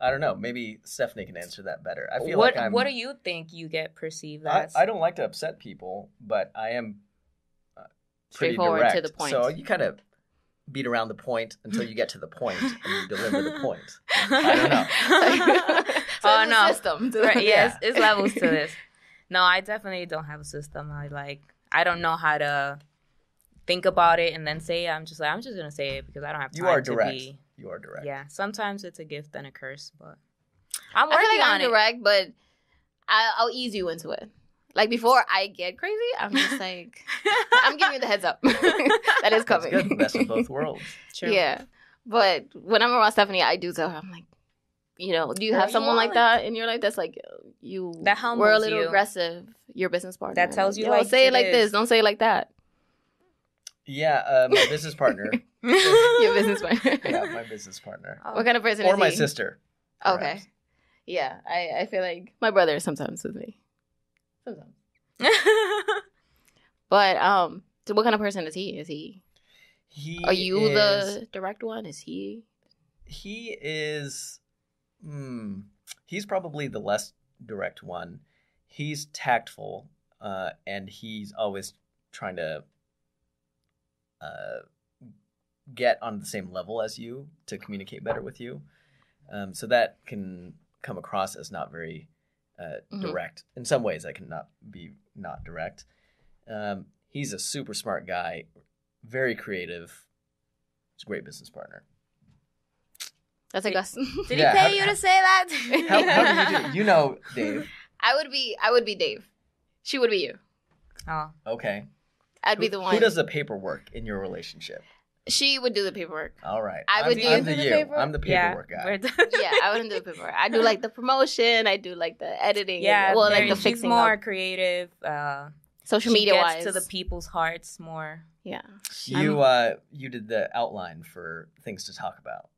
C: I don't know. Maybe Stephanie can answer that better. I feel
B: What
C: like I'm.
B: What do you think you get perceived
C: I,
B: as?
C: I don't like to upset people, but I am uh, pretty
A: Straightforward
C: direct.
A: to the point.
C: So you kind of beat around the point until you get to the point and you deliver
A: [laughs]
C: the point.
B: I
C: don't
B: [laughs]
C: know.
B: oh
A: it's a
B: no!
A: system. [laughs]
B: Right, yes,
C: Yeah.
B: it's levels to this. No, I definitely don't have a system. I like. I don't know how to think about it and then say. It. I'm just like I'm just gonna say it because I don't have time.
C: You are
B: to
C: direct.
B: be-
C: You are direct.
B: Yeah. Sometimes it's a gift and a curse, but I'm
A: I
B: working
A: feel like
B: on
A: I'm
B: it.
A: direct, but I, I'll ease you into it. Like before I get crazy, I'm
B: [laughs]
A: just like, I'm giving you the heads up [laughs] that is
C: That's
A: coming.
C: good. The best of both worlds.
B: True.
A: [laughs]
B: [laughs]
A: Yeah, [laughs] but when I'm around Stephanie, I do tell her I'm like, you know, do you
B: Girl,
A: have
B: you
A: someone
B: are
A: like
B: like
A: that in your life? That's like uh, you.
B: That humbles
A: we're a little
B: you.
A: aggressive. Your business partner
B: That tells you
A: Yo,
B: like
A: say it
B: it
A: like this.
B: is.
A: Don't say it like that.
C: Yeah, uh, my
A: [laughs]
C: business partner.
A: Your
B: [laughs]
A: business partner.
C: Yeah, my business partner.
A: [laughs]
B: Oh,
A: What kind of person
C: Or
A: is
C: my
A: he?
C: sister.
A: Okay.
C: perhaps.
A: Yeah, I, I feel like my brother is sometimes with me. Sometimes. But um, so what kind of person is he? Is he?
C: He
A: Are you
C: is-
A: the direct one? Is he?
C: he is hmm, he's probably the less direct one he's tactful uh, and he's always trying to uh, get on the same level as you to communicate better with you um, so that can come across as not very uh,
A: Mhm.
C: direct in some ways i can not be not direct um, he's a super smart guy very creative he's a great business partner
A: That's like us.
B: Did
C: Yeah,
B: he
C: how-
B: pay you to say that?
C: [laughs] How, how do you do? it? You
A: [laughs]
C: know, Dave.
A: [laughs] I would be. I would be Dave. She would be you.
B: [laughs] Oh,
C: Okay.
A: I'd be
C: Who-
A: the one.
C: Who does the paperwork in your relationship?
A: she would do the paperwork.
C: All right.
A: I
C: I'm-
A: would do
C: I'm the
A: the
C: you.
A: paperwork.
C: I'm the paperwork
B: [laughs] yeah,
C: guy.
B: we're done.
A: Yeah, I wouldn't do the paperwork. I do like the promotion. I do like the editing.
B: yeah,
A: well, like the
B: very- she's
A: fixing
B: more
A: up,
B: creative. Uh,
A: social
B: she
A: media
B: gets
A: wise.
B: to the people's hearts more.
A: yeah,
C: You uh, you did the outline for things to talk about.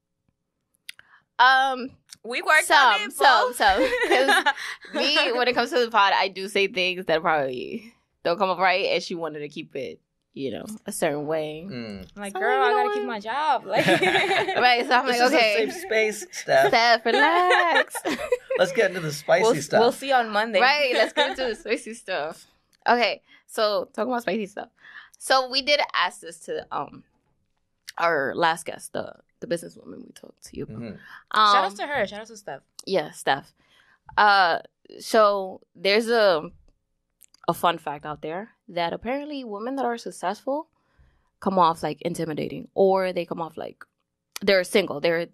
A: um,
B: We worked
A: Some,
B: on it.
A: some,
B: both.
A: some.
B: [laughs]
A: 'Cause me when it comes to the pod, I do say things that probably don't come up right, and she wanted to keep it, you know, a certain way.
C: Mm.
B: I'm like,
A: So,
B: girl,
A: you
B: I
A: know
B: gotta
A: what?
B: keep my
C: [laughs]
B: job. Like,
A: Right, so I'm
C: this
A: like,
C: is
A: okay,
C: a safe space,
A: [laughs]
C: Steph.
A: Steph, relax.
B: [laughs]
C: Let's get into the
B: [laughs]
C: spicy
B: we'll,
C: stuff.
B: we'll see on Monday.
A: Right, let's get
B: [laughs]
A: into the spicy stuff. Okay, so talking about spicy stuff. So we did ask this to um our last guest, the the businesswoman we talked to you about.
C: Mhm.
A: Um,
B: Mm-hmm. Shout out to her. Shout out to Steph.
A: yeah, Steph. Uh, so there's a a fun fact out there that apparently women that are successful come off like intimidating, or they come off like they're single. They're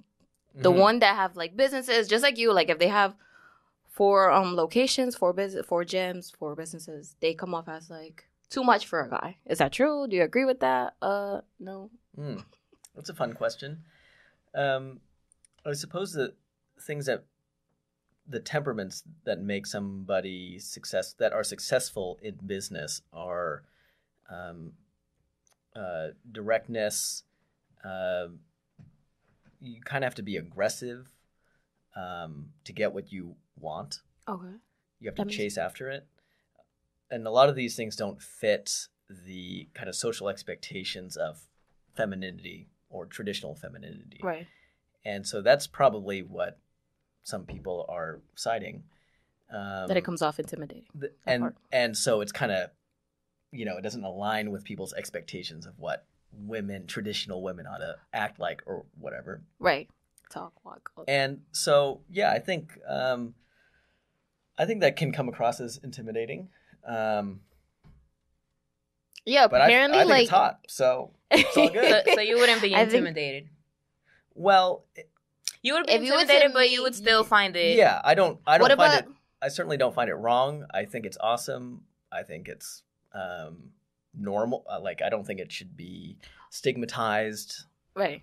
A: the
C: Mhm.
A: one that have like businesses, just like you. Like if they have for um locations, for business, for gyms, for businesses, they come off as like too much for a guy. Is that true? Do you agree with that? Uh, no.
C: Hmm. That's a fun question. Um, I suppose the things that the temperaments that make somebody success that are successful in business are um, uh, directness. Uh, you kind of have to be aggressive um, to get what you want.
A: Okay.
C: You have
A: That
C: to
A: makes-
C: chase after it. And a lot of these things don't fit the kind of social expectations of femininity or traditional femininity.
A: Right.
C: And so that's probably what some people are citing. Um,
A: that it comes off intimidating.
C: th-
A: that
C: and
A: part.
C: and so it's kind of you know it doesn't align with people's expectations of what women traditional women ought to act like or whatever
A: Right. Talk, walk. all-
C: and so yeah i think um i think that can come across as intimidating um
A: yeah,
C: but I-
A: apparently
C: I, think
A: like
C: it's hot so it's
A: [laughs]
C: all
B: So,
C: good
B: so you wouldn't be
A: I think-
B: intimidated.
C: well it-
B: You would be
A: If you were to
B: intimidated, but you
A: meet-
B: would still find it.
C: yeah i don't i don't
A: what
C: find
A: about
C: it i certainly don't find it wrong i think it's awesome i think it's um normal Uh, like i don't think it should be stigmatized
A: right?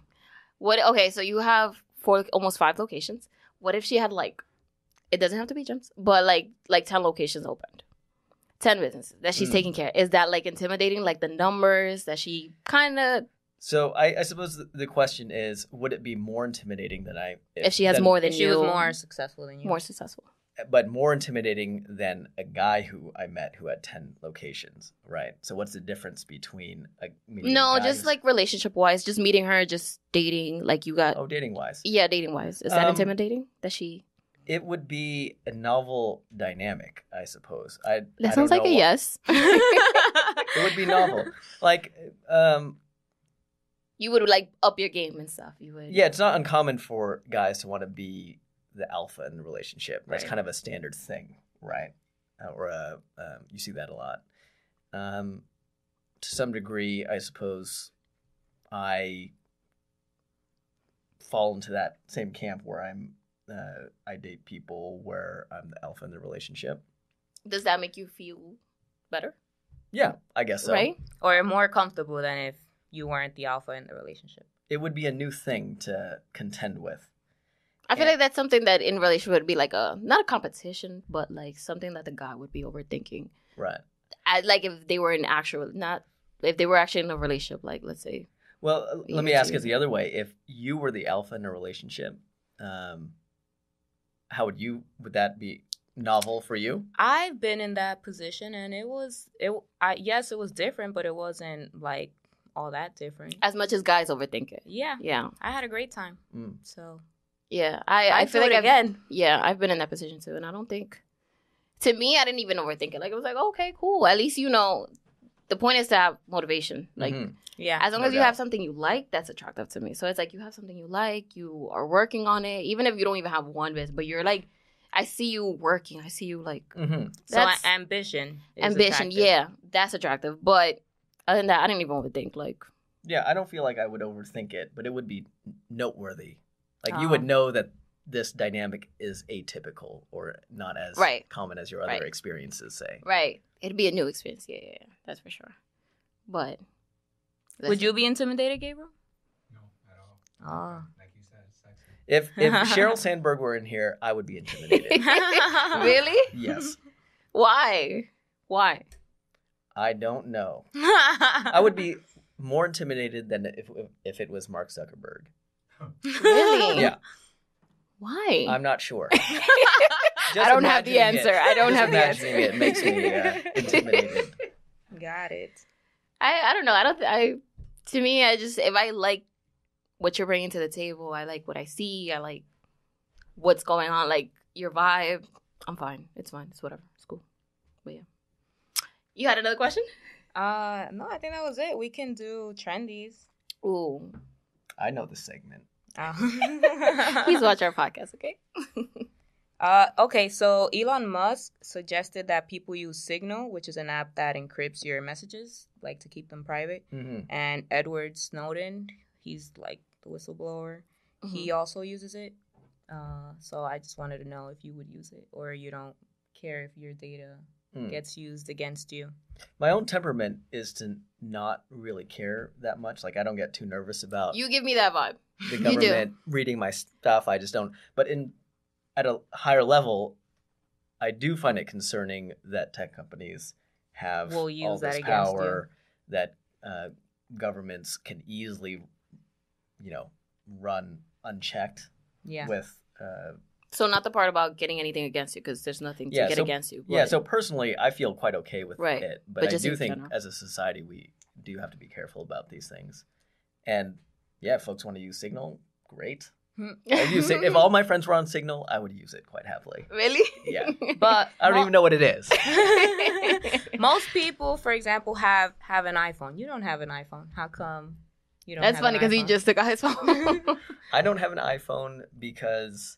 A: What okay, so you have four almost five locations. What if she had like it doesn't have to be gyms, but like like ten locations opened. Ten businesses that she's
C: Mm.
A: taking care. of. Is that like intimidating? Like the numbers that she kind of
C: So I, I suppose the, the question is, would it be more intimidating than I?
A: if she has more than
B: If
A: you,
B: she was more successful than you.
A: more successful.
C: but more intimidating than a guy who I met who had ten locations, right? So what's the difference between a meeting a
A: No,
C: guy
A: just
C: who's-
A: like relationship wise, just meeting her, just dating. Like you got
C: oh, dating wise,
A: yeah, dating wise. Is that
C: Um,
A: intimidating? That she
C: it would be a novel dynamic, I suppose. I I
A: that
C: don't
A: sounds like
C: know
A: a
C: why-
A: yes.
C: [laughs] It would be novel, like um,
A: [laughs] you would like up your game and stuff. You would
C: yeah, it's not uncommon for guys to want to be the alpha in the relationship. That's
B: Right.
C: kind of a standard thing, right? Uh, or uh, um, you see that a lot. Um, to some degree, I suppose I fall into that same camp where I'm. Uh, I date people where I'm the alpha in the relationship.
A: Does that make you feel better?
C: Yeah, I guess so.
A: right?
B: Or more comfortable than if you weren't the alpha in the relationship.
C: It would be a new thing to contend with.
A: I feel
C: Yeah.
A: like that's something that in relationship would be like a not a competition, but like something that the guy would be overthinking.
C: Right.
A: I, like if they were in actual not if they were actually in a relationship, like let's say
C: Well, uh,
A: You
C: let me
A: would
C: ask it
A: choose
C: the
A: it.
C: other way. If you were the alpha in a relationship, um, how would you? Would that be novel for you?
B: I've been in that position, and it was it. I, yes, it was different, but it wasn't like all that different.
A: as much as guys overthink it.
B: yeah,
A: Yeah,
B: I had a great time.
C: Mm.
B: So
A: yeah. I I,
B: I'd
A: feel
B: do
A: like
B: it
A: I've-
B: again.
A: yeah I've been in that position too, and I don't think to me I didn't even overthink it. Like it was like okay, cool. At least you know the point is to have motivation. Like
C: Mhm.
B: Yeah,
A: as long
C: No
A: as you
C: doubt.
A: have something you like that's attractive to me so it's like you have something you like you are working on it even if you don't even have one business but you're like i see you working i see you like
C: Mhm.
B: so I,
A: that's
B: ambition. Is
A: ambition
B: attractive.
A: yeah that's attractive but other than that i didn't even overthink like
C: Yeah, I don't feel like I would overthink it, but it would be noteworthy. Like you
B: Oh.
C: would know that this dynamic is atypical or not as
A: Right.
C: common as your other
A: Right.
C: experiences say.
A: right it'd be a new experience yeah yeah, yeah that's for sure but [laughs]
B: Would you be intimidated, Gabriel?
D: No, at all.
B: Oh.
D: Like you said, sexy.
C: If
A: [laughs]
C: if Cheryl Sandberg were in here, I would be intimidated.
A: really
C: yes,
A: why why
C: I don't know.
B: I
C: I would
B: [laughs]
C: be more intimidated than if if it was Mark
A: [laughs]
C: Zuckerberg.
A: Really?
C: Yeah,
A: why
C: I'm not sure.
A: [laughs] I don't have the
C: imagining
A: answer. I don't
C: just
A: have the
C: imagining
A: answer.
C: It makes me uh,
A: [laughs]
C: intimidated.
B: Got it.
A: I I don't know. I don't. Th- I to me, I just if I like what you're bringing to the table, I like what I see. I like what's going on. Like your vibe. I'm fine. It's fine. It's whatever. It's cool. But yeah. You had another question?
B: Uh, no, I think that was it. We can do trendies.
C: [laughs]
A: Ooh,
C: I know the segment.
B: [laughs] Oh.
A: please watch our podcast, okay?
B: Uh, okay, so Elon Musk suggested that people use Signal, which is an app that encrypts your messages, like to keep them private.
C: Mhm.
B: And
A: Mm-hmm.
B: Edward Snowden, he's like the whistleblower. He also uses it. Uh, so I just wanted to know if you would use it or you don't care if your data
C: Hmm.
B: gets used against you.
C: My own temperament is to not really care that much. Like I don't get too nervous about
A: You give me that vibe.
C: the
A: you do.
C: government reading my stuff. I just don't. But in at a higher level, I do find it concerning that tech companies have
B: Will
C: all
B: use
C: this
B: that against you.
C: power that uh, governments can easily, you know, run unchecked
B: Yeah.
C: with. Uh,
A: So not the part about getting anything against you because there's nothing to
C: Yeah,
A: get
C: so-
A: against you.
C: yeah.
A: Right.
C: So
A: [laughs]
C: personally, I feel quite okay with
A: Right.
C: it, but,
A: But
C: I
A: just
C: do
A: in
C: think
A: general.
C: as a society we do have to be careful about these things. And yeah, if folks want to use Signal, great. I'd use it. If all my friends were on Signal, I would use it quite happily.
A: [laughs] really? [laughs]
C: Yeah. [laughs]
B: But
C: I don't
B: mo-
C: even know what it is.
B: [laughs] Most people, for example, have have an iPhone. You don't have an iPhone. How come you don't?
A: That's
B: have an
A: funny because he
B: iPhone?
A: just took out his
C: [laughs]
A: phone. [laughs]
C: I don't have an iPhone because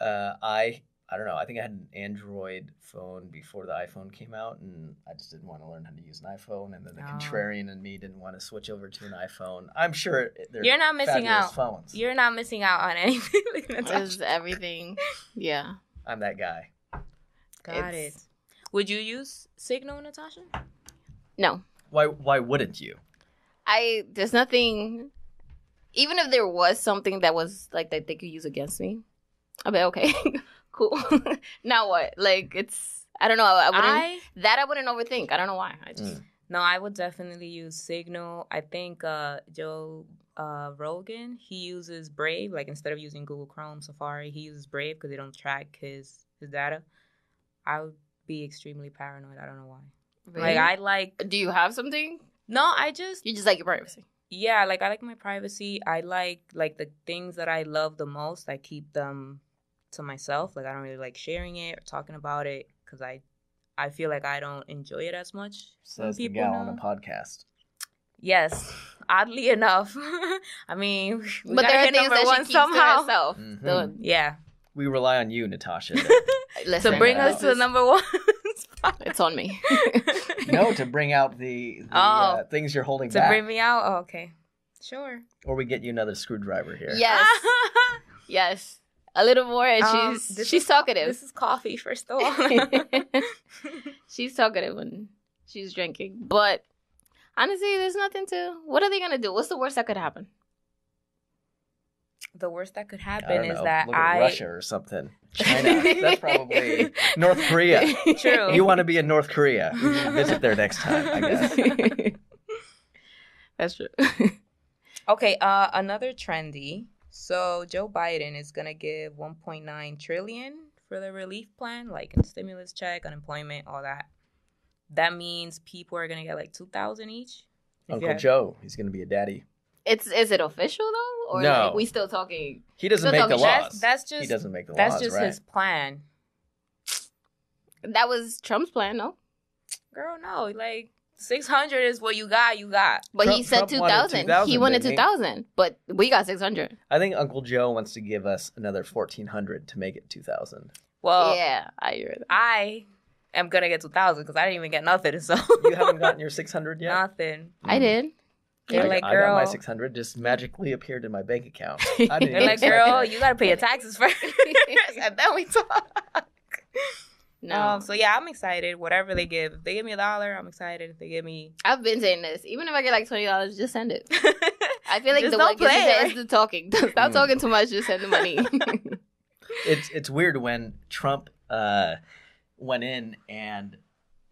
C: uh, I I don't know. I think I had an Android phone before the iPhone came out, and I just didn't want to learn how to use an iPhone. And then the
B: Oh.
C: contrarian in me didn't want to switch over to an iPhone. I'm sure they're
B: you're not missing
C: fabulous
B: out.
C: Phones.
B: You're not missing out on [laughs] anything. Look at Natasha.
A: Is everything? Yeah.
C: I'm that guy.
B: Got it.
A: It's-
B: Would you use Signal, Natasha?
A: No.
C: Why Why wouldn't you?
A: I there's nothing. Even if there was something that was like that they could use against me, I'd be okay, [laughs] cool. now what? Like it's I don't know. I, I wouldn't
B: I Mm.
A: that I wouldn't overthink. I don't know why. I just
B: no, I would definitely use Signal. I think uh, Joe uh, Rogan he uses Brave. Like instead of using Google Chrome, Safari, he uses Brave because they don't track his his data. I would be extremely paranoid. I don't know why. Like I like
A: do you have something?
B: no, I just
A: You just like your privacy.
B: yeah, like I like my privacy. I like like the things that I love the most. I keep them to myself. Like I don't really like sharing it or talking about it because I I feel like I don't enjoy it as much. Some
C: Says the
B: people
C: gal on
B: know.
C: a podcast.
B: yes, oddly enough. [laughs] I mean, [laughs] we
A: but
B: gotta
A: there are
B: get
A: things
B: number
A: that she
B: one
A: keeps
B: somehow. Mm-hmm.
A: to herself.
C: Mhm.
A: The-
B: Yeah,
C: We rely on you,
B: [laughs]
C: Natasha.
A: listen,
B: so bring
C: that
B: us to the number one. spot.
A: [laughs] It's on
B: [laughs]
A: me.
C: [laughs] no, to bring out the, the uh, things you're holding
B: Oh. to
C: back,
B: bring me out. Oh, okay, sure.
C: or we get you another screwdriver here.
A: Yes,
B: [laughs]
A: yes. A little more, and
B: Um,
A: she's
B: this
A: she's
B: is-
A: talkative.
B: this is coffee first
A: [laughs]
B: of all. [laughs]
A: she's talkative when she's drinking. But honestly, there's nothing to. What are they gonna do? What's the worst that could happen?
B: the worst that could
C: I
B: happen
C: don't
B: is
C: know.
B: that
C: Look at
B: I
C: Russia or something.
B: [laughs]
C: China. [laughs] That's probably North Korea.
B: True. [laughs]
C: You want to be in North Korea? We should visit there next time, I guess.
B: [laughs]
A: That's true.
B: okay. Uh, another trendy. So Joe Biden is gonna give 1.9 trillion for the relief plan, like in stimulus check, unemployment, all that. That means people are gonna get like 2,000 each. If
C: Uncle
B: you're-
C: Joe, he's going to be a daddy.
A: It's is it official though, or
C: No.
A: like we still talking?
C: He doesn't
A: So
C: make the
A: Uncle
C: laws.
A: Joe's-
B: That's, that's
C: he
B: just
C: doesn't make the
B: that's
C: laws,
B: just
C: right?
B: his plan,
A: That was Trump's plan, no?
B: girl. No, like 600 is what you got. You got.
A: But
C: Trump-
A: he said
C: Trump
A: two
C: wanted
A: thousand.
C: 2,000,
A: He wanted
C: didn't
A: two
C: he?
A: thousand, but we got six hundred.
C: I think Uncle Joe wants to give us another 1400 to make it 2000.
B: Well,
A: yeah, I hear that.
B: I am gonna get 2,000 because I didn't even get nothing. [laughs] So
C: You haven't gotten your 600 yet?
B: nothing.
A: [laughs]
C: Mm.
A: I did.
B: They're
C: I,
A: [laughs]
B: like,
C: I
B: girl.
C: got my 600 just magically appeared in my bank account. I didn't
B: They're
A: [laughs]
C: even
B: like,
C: expect
B: girl,
C: that.
B: you gotta pay your taxes first, and then we talk.
A: No,
B: Um, so yeah, I'm excited. Whatever they give, if they give me a dollar, I'm excited. If they give me,
A: I've been saying this. Even if I get like twenty dollars, just send it. I feel like
B: Just
A: the
B: don't
A: way play,
B: play,
A: is the talking. [laughs] Stop
C: Mm.
A: talking too much. Just send the money. [laughs]
C: it's it's weird when Trump uh, went in and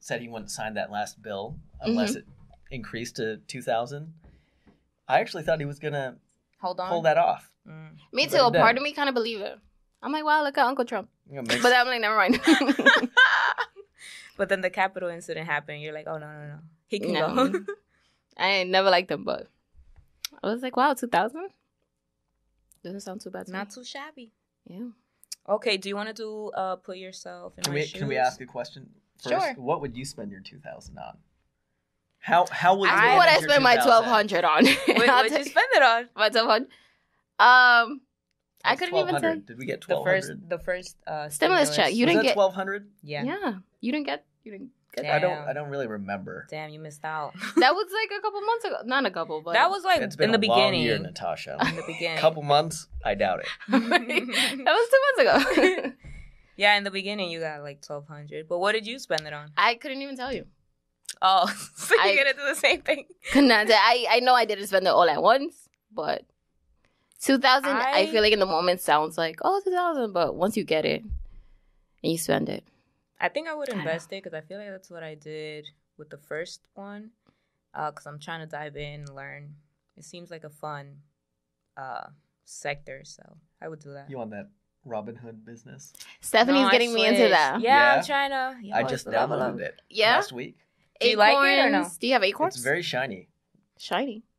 C: said he wouldn't sign that last bill unless
A: Mm-hmm.
C: it increased to two thousand. I actually thought he was gonna
B: hold on.
C: pull that off.
B: Mm.
A: me
C: But
A: too.
C: it
A: A part
C: doesn't.
A: of me kind of believe it. I'm like, wow, look at Uncle Trump.
C: You know,
A: But
C: makes-
A: I'm like, never mind. [laughs]
B: but then the Capitol incident happened. You're like, oh no, no, no, he can
A: No.
B: [laughs] go.
A: I ain't never liked them, but I was like, wow, two thousand. Doesn't sound too bad. To
B: Not too shabby.
A: me. yeah.
B: Okay, do you want to do uh, put yourself in
C: can
B: my
C: we
B: shoes?
C: can we ask a question first?
B: Sure.
C: What would you spend your two thousand on? How how would you
A: I know what I
C: manage your
A: spent my
C: 2,000?
A: twelve hundred on.
B: [laughs]
A: [laughs]
B: What
A: I'll
B: would you
A: take
B: spend it on?
A: my twelve hundred. Um, I
C: That's
A: couldn't even
C: 1,200.
A: say
C: Did we get
B: The
C: twelve
B: first,
C: hundred?
B: the first uh,
A: Stimulus check, you
C: Was
A: didn't
C: that
A: get-
C: twelve hundred?
B: yeah.
A: yeah. You didn't get. You didn't.
C: I don't.
B: Damn.
C: I don't really remember.
B: Damn, you missed out. [laughs]
A: That was like a couple months ago. Not a couple, but [laughs]
B: that was like
C: It's been
B: in
C: a
B: the
C: long
B: beginning.
C: year, Natasha.
B: [laughs] in the beginning.
C: Couple months? I doubt it.
B: [laughs]
A: that was two months ago. [laughs]
B: yeah, in the beginning you got like twelve hundred. But what did you spend it on? [laughs]
A: I couldn't even tell you.
B: Oh, [laughs] so
A: I-
B: you're gonna do the same thing?
A: Couldn't answer. I I know I didn't spend it all at once, but 2000. I,
B: I-
A: feel like in the moment sounds like oh 2000, but once you get it and you spend it,
B: I think I would
A: I know.
B: invest it because I feel like that's what I did with the first one. Because I'm trying to dive in, and learn. It seems like a fun uh, sector, so I would do that.
C: You want that Robin Hood business?
A: Stephanie's
B: No, I
A: getting me into
B: switched.
A: that.
B: Yeah,
C: Yeah.
B: I'm trying to. you
C: I
B: know,
C: just
B: level up.
C: downloaded it
A: Yeah?
C: last week.
B: Do you like it or no?
A: Acorns? Do you have acorns?
C: It's very shiny.
A: shiny.
B: [laughs]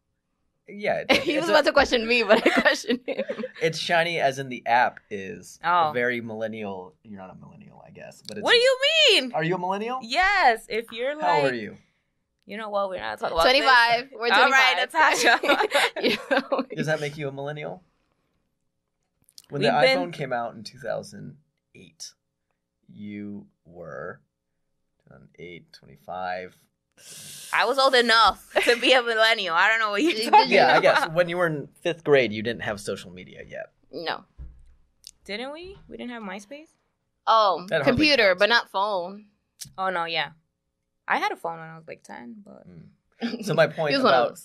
C: Yeah, it,
A: [laughs] he
C: it's,
A: was
C: a-
A: about to question me, but I questioned him.
C: it's shiny as in the app is
B: Oh.
C: very millennial. You're not a millennial, I guess. But it's,
B: What do you mean?
C: Are you a millennial?
B: Yes, if you're like,
C: How are you?
B: you know what, we're not talking about this.
A: 25. We're 25.
B: All right,
A: [laughs]
B: Natasha.
A: You
C: [laughs]
A: know?
C: Does that make you a millennial? When the
B: We've been-
C: iPhone came out in 2008, you were 8, 25.
B: I was old enough [laughs] to be a millennial. I don't know what
A: Did
B: you're
A: you-
B: talking
C: [laughs] Yeah, I
B: about.
C: guess when you were in fifth grade, you didn't have social media yet.
A: No.
B: Didn't we? We didn't have MySpace.
A: Oh,
C: That hardly
A: computer,
C: counts.
A: but not phone.
B: Oh no, yeah, I had a phone when I was like ten, but
C: [laughs] So my point
A: He was one
C: about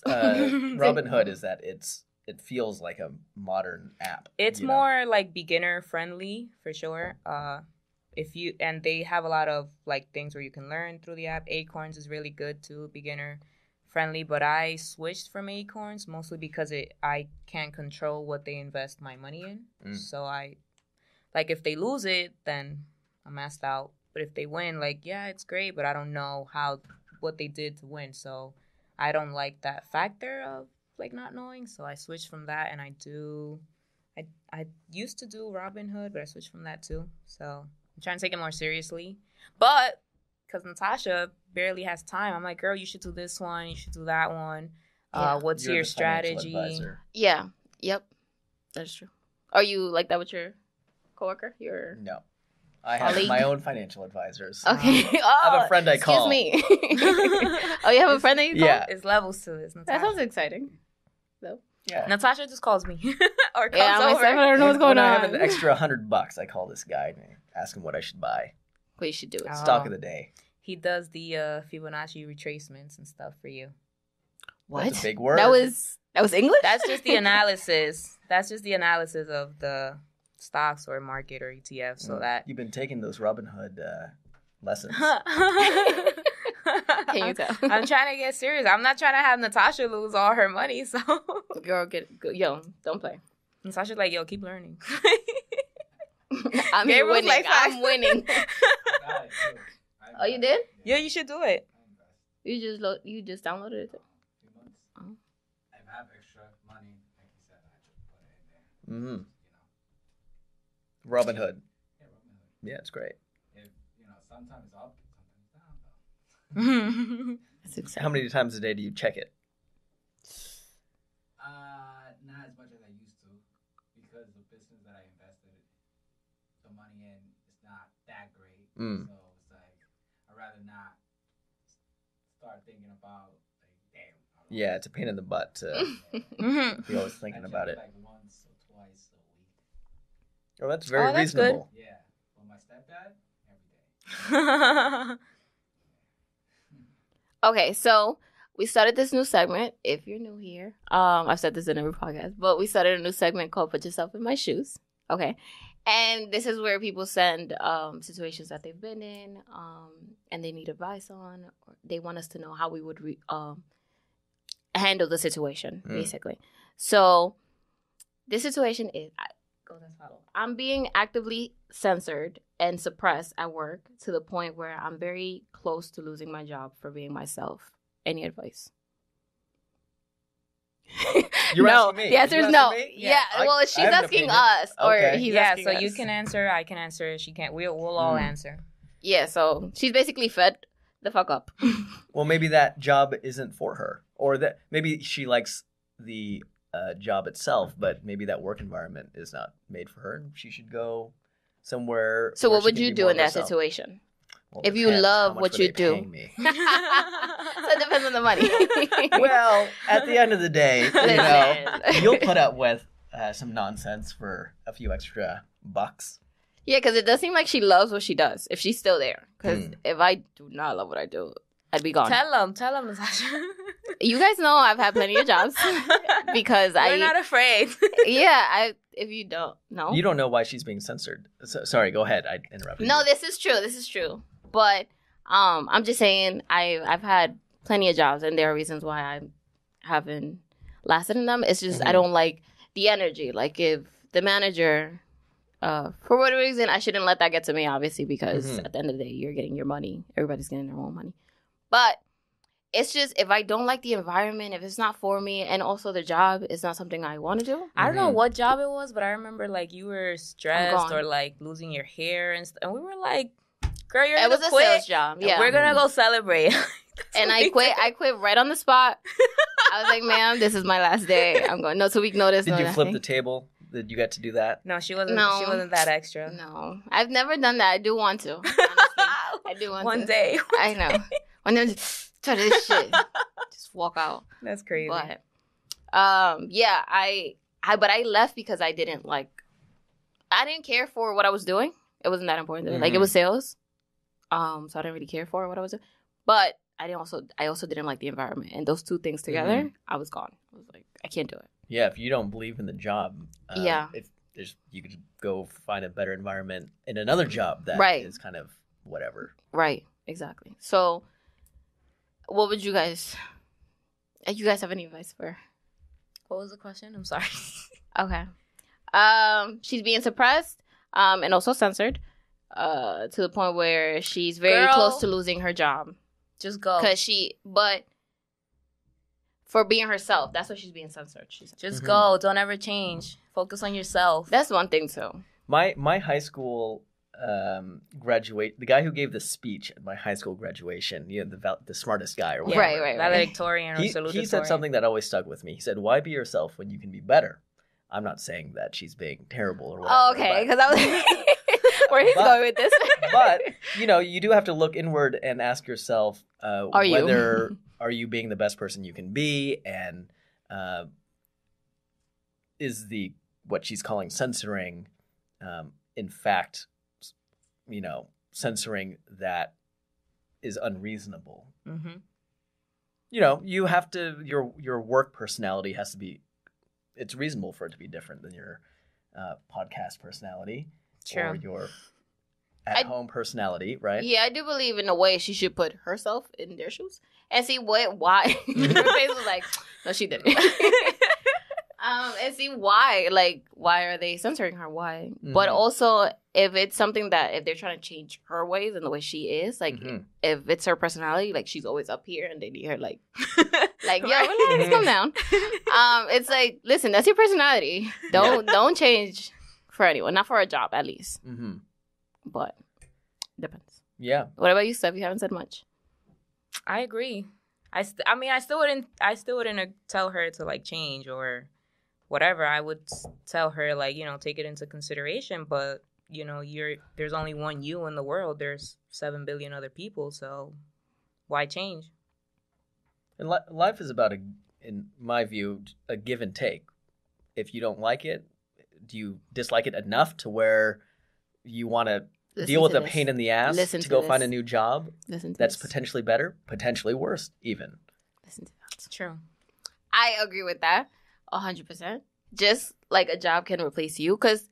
A: of
C: uh, Robin Hood is that it's it feels like a modern app.
B: it's
C: you know?
B: more like beginner friendly for sure. Uh, if you and they have a lot of like things where you can learn through the app. Acorns is really good too, beginner friendly. But I switched from Acorns mostly because it I can't control what they invest my money in.
C: Mm.
B: So I like if they lose it, then I'm asked out. But if they win, like yeah, it's great, but I don't know how what they did to win. So I don't like that factor of like not knowing. So I switched from that, and I do. I I used to do Robin Hood, but I switched from that too. So I'm trying to take it more seriously, but because Natasha barely has time, I'm like, girl, you should do this one, you should do that one.
A: Yeah.
B: Uh, what's
C: You're
B: your
C: the financial
B: strategy?
C: advisor.
A: Yeah. Yep. That's true. Are you like that with your coworker? Your
C: No, I have
A: Colleague?
C: my own financial advisors.
A: okay. Oh,
C: I have a friend I
A: excuse
B: [laughs]
C: call.
A: me. [laughs] oh, you have a friend that you call?
C: Yeah,
B: It's levels to this. Natasha.
A: That sounds exciting.
C: yeah.
B: Natasha just calls me [laughs] or comes
A: yeah, I'm
B: over.
A: myself, I don't know what's
C: When-
A: going
C: when
A: on.
C: I have an extra hundred bucks. I call this guy and I ask him what I should buy.
A: Well, you should do it.
B: Oh.
C: Stock of the day.
B: He does the uh, Fibonacci retracements and stuff for you.
C: That's a big word.
A: That was that was English.
B: That's just the
A: [laughs]
B: analysis. That's just the analysis of the stocks or market or ETF. So
C: Mm.
B: that. [laughs]
C: You've been taking those Robin Hood uh, lessons.
A: Can you tell?
B: I'm trying to get serious. I'm not trying to have Natasha lose all her money. So [laughs]
A: Girl, get go, yo, don't play. [laughs]
B: Natasha's like, yo, keep learning. [laughs]
A: I'm
B: Gabriel's
A: winning.
B: like,
A: I'm
B: [laughs]
A: winning.
D: I got it, too. I
A: Oh, you
D: got it.
A: did?
B: yeah, you should do it.
D: I invest
A: You just lo- you just downloaded it.
D: few months.
A: Oh.
D: If I have extra money, like you said, I just put it in there.
C: Mhm.
D: You know,
C: Robin Hood.
D: yeah, Robin Hood.
C: Yeah, it's great.
D: If you know, sometimes it's up, sometimes down though.
A: That's exciting.
C: How many times a day do you check it?
D: Uh, not as much as I used to, because the business that I invested the money in is not that great.
C: Mm.
D: So it's like I'd rather not s- start thinking about like, damn. I don't
C: Yeah,
D: know.
C: it's a pain in the butt
A: [laughs]
C: to
D: Yeah. [laughs]
B: Mhm.
C: be always
D: I
C: thinking
D: check
C: about it.
D: Like once or twice a week.
C: Oh, that's very
B: Oh, that's good.
C: reasonable.
D: Yeah, but my stepdad every day.
B: Mm-hmm.
A: [laughs] Okay, so we started this new segment. If you're new here, um, I've said this in every podcast, but we started a new segment called "Put Yourself in My Shoes." Okay, and this is where people send um, situations that they've been in, um, and they need advice on, or they want us to know how we would re- um, handle the situation,
C: Mm.
A: basically. So, this situation is I,
B: [laughs]
A: goes as follows: I'm being actively censored and suppressed at work to the point where I'm very close to losing my job for being myself. Any advice?
C: You're
A: no.
C: asking me.
A: The answer
C: You're
A: is no.
C: asking me?
A: Yeah.
C: I-
A: well,
C: I
A: she's
C: have an
A: asking
C: opinion.
A: us, or
C: Okay.
A: he's
B: yeah,
A: asking
B: so
A: us.
B: you can answer, I can answer, she can't. We'll, we'll all
A: [laughs]
C: Mm.
B: answer.
A: Yeah. So she's basically fed the fuck up.
C: Well, maybe that job isn't for her, or that maybe she likes the uh, job itself, but maybe that work environment is not made for her, and she should go somewhere.
A: So
C: where
A: what
C: she
A: would
C: can
A: you
C: be
A: do
C: more
A: in that
C: herself.
A: situation? [laughs]
C: Well,
A: If you
C: depends
A: love
C: how much
A: what
C: would
A: you
C: they
A: do.
C: pay
A: [laughs]
C: me.
A: So it depends on the money.
C: [laughs] Well, at the end of
A: [laughs]
C: the day, you know,
A: Listen.
C: you'll put up with uh, some nonsense for a few extra bucks.
A: [laughs] Yeah, because it does seem like she loves what she does. If she's still there, because
C: Hmm.
A: if I do not love what I do, I'd be gone.
B: Tell them, tell them, Natasha.
A: you guys know I've had plenty of [laughs] jobs [laughs] because I.
B: We're not afraid.
A: [laughs] yeah, I. If you don't know,
C: You don't know why she's being censored. So, sorry, go ahead. I interrupted.
A: no,
C: you.
A: this is true. This is true. But um, I'm just saying I I've had plenty of jobs, and there are reasons why I haven't lasted in them. It's just I
C: Mhm.
A: don't like the energy. Like if the manager. Uh, for whatever reason, I shouldn't let that get to me, obviously, because
C: Mhm.
A: at the end of the day, you're getting your money. Everybody's getting their own money. But it's just if I don't like the environment, if it's not for me, and also the job is not something I want to do.
B: I don't know
C: Mhm.
B: what job it was, but I remember like you were stressed
A: gone.
B: or like losing your hair and stuff. And we were like, girl, you're
A: It
B: going
A: was
B: to
A: a
B: quit.
A: sales job.
B: Yeah.
A: Yeah.
B: We're
C: Mm-hmm.
B: going to go celebrate. [laughs] That's
A: and
B: what
A: I
B: we
A: quit.
B: did.
A: I quit right on the spot. I was like, "Ma'am, this is my last day. I'm going. No two week notice.
C: Did
A: no
C: you flip
A: nothing."
C: the table? Did you get to do that?
B: No, she wasn't.
A: No.
B: She wasn't that extra.
A: No, I've never done that. I do want to.
B: [laughs]
A: Honestly. I do want
B: One
A: to.
B: day.
A: [laughs] I know. One day, I'm just try this shit. just walk out.
B: [laughs] That's crazy.
A: But um, yeah, I, I, but I left because I didn't like, I didn't care for what I was doing. It wasn't that important. to me. Like it
C: Mhm.
A: was sales, um, so I didn't really care for what I was doing. But I didn't also, I also didn't like the environment, and those two things together, I was gone. I was like, I can't do it.
C: Yeah, if you don't believe in the job, um,
A: Yeah.
C: if there's you could go find a better environment in another job that is
A: Right.
C: kind of whatever.
A: Right. Exactly. So, what would you guys? uh, You guys have any advice for?
B: What was the question? I'm sorry. [laughs]
A: Okay. Um, she's being suppressed, um, and also censored, uh, to the point where she's very
B: Girl.
A: close to losing her job
B: Just go.
A: because she, but for being herself, that's why she's being censored. She's
B: Just
C: Mhm.
B: go. Don't ever change. Focus on yourself.
A: that's one thing too.
C: My my high school um, graduate, the guy who gave the speech at my high school graduation, you know, the val- the smartest guy or
A: Yeah.
C: whatever.
A: Right, right, right.
B: Valedictorian or
C: He, he said
B: salutatorian.
C: something that always stuck with me. He said, "Why be yourself when you can be better?" I'm not saying that she's being terrible or whatever.
A: Oh, okay,
C: but-
A: because I
C: [laughs]
A: was [laughs] where he's
C: But-
A: going with this.
C: but you know, you do have to look inward and ask yourself uh,
A: Are you? [laughs]
C: whether are you being the best person you can be, and uh, is the what she's calling censoring, um, in fact, s- you know, censoring that is unreasonable.
B: Mm-hmm. [laughs]
C: You know, you have to your your work personality has to be. It's reasonable for it to be different than your uh, podcast personality or
B: True.
C: your at home personality, right?
A: yeah, I do believe in a way she should put herself in their shoes and see what why [laughs] her face was like. No, she didn't. um, and see why, like, why are they censoring her? Why? But
C: Mhm.
A: also, if it's something that if they're trying to change her ways and the way she is, like,
C: Mhm.
A: if it's her personality, like she's always up here and they need her like, like, yo,
B: Right?
A: relax, come down. Um, it's like, listen, that's your personality. Don't don't change for anyone, not for a job at least,
C: Mhm.
A: but depends.
C: Yeah.
A: What about you, Steph? You haven't said much.
B: I agree. I st- I mean, I still wouldn't. I still wouldn't uh, tell her to like change or whatever. I would s- tell her like you know take it into consideration, but you know you're there's only one you in the world. There's seven billion other people, so why change?
C: And li- life is about a, in my view, a give and take. If you don't like it, do you dislike it enough to where you want to deal with the pain in the ass
A: Listen
C: to
A: to
C: go find a
A: this.
C: new job
A: Listen to
C: that's
A: this.
C: potentially better, potentially worse, even?
A: Listen to that.
B: True.
A: I agree with that, hundred percent. Just like a job can replace you, because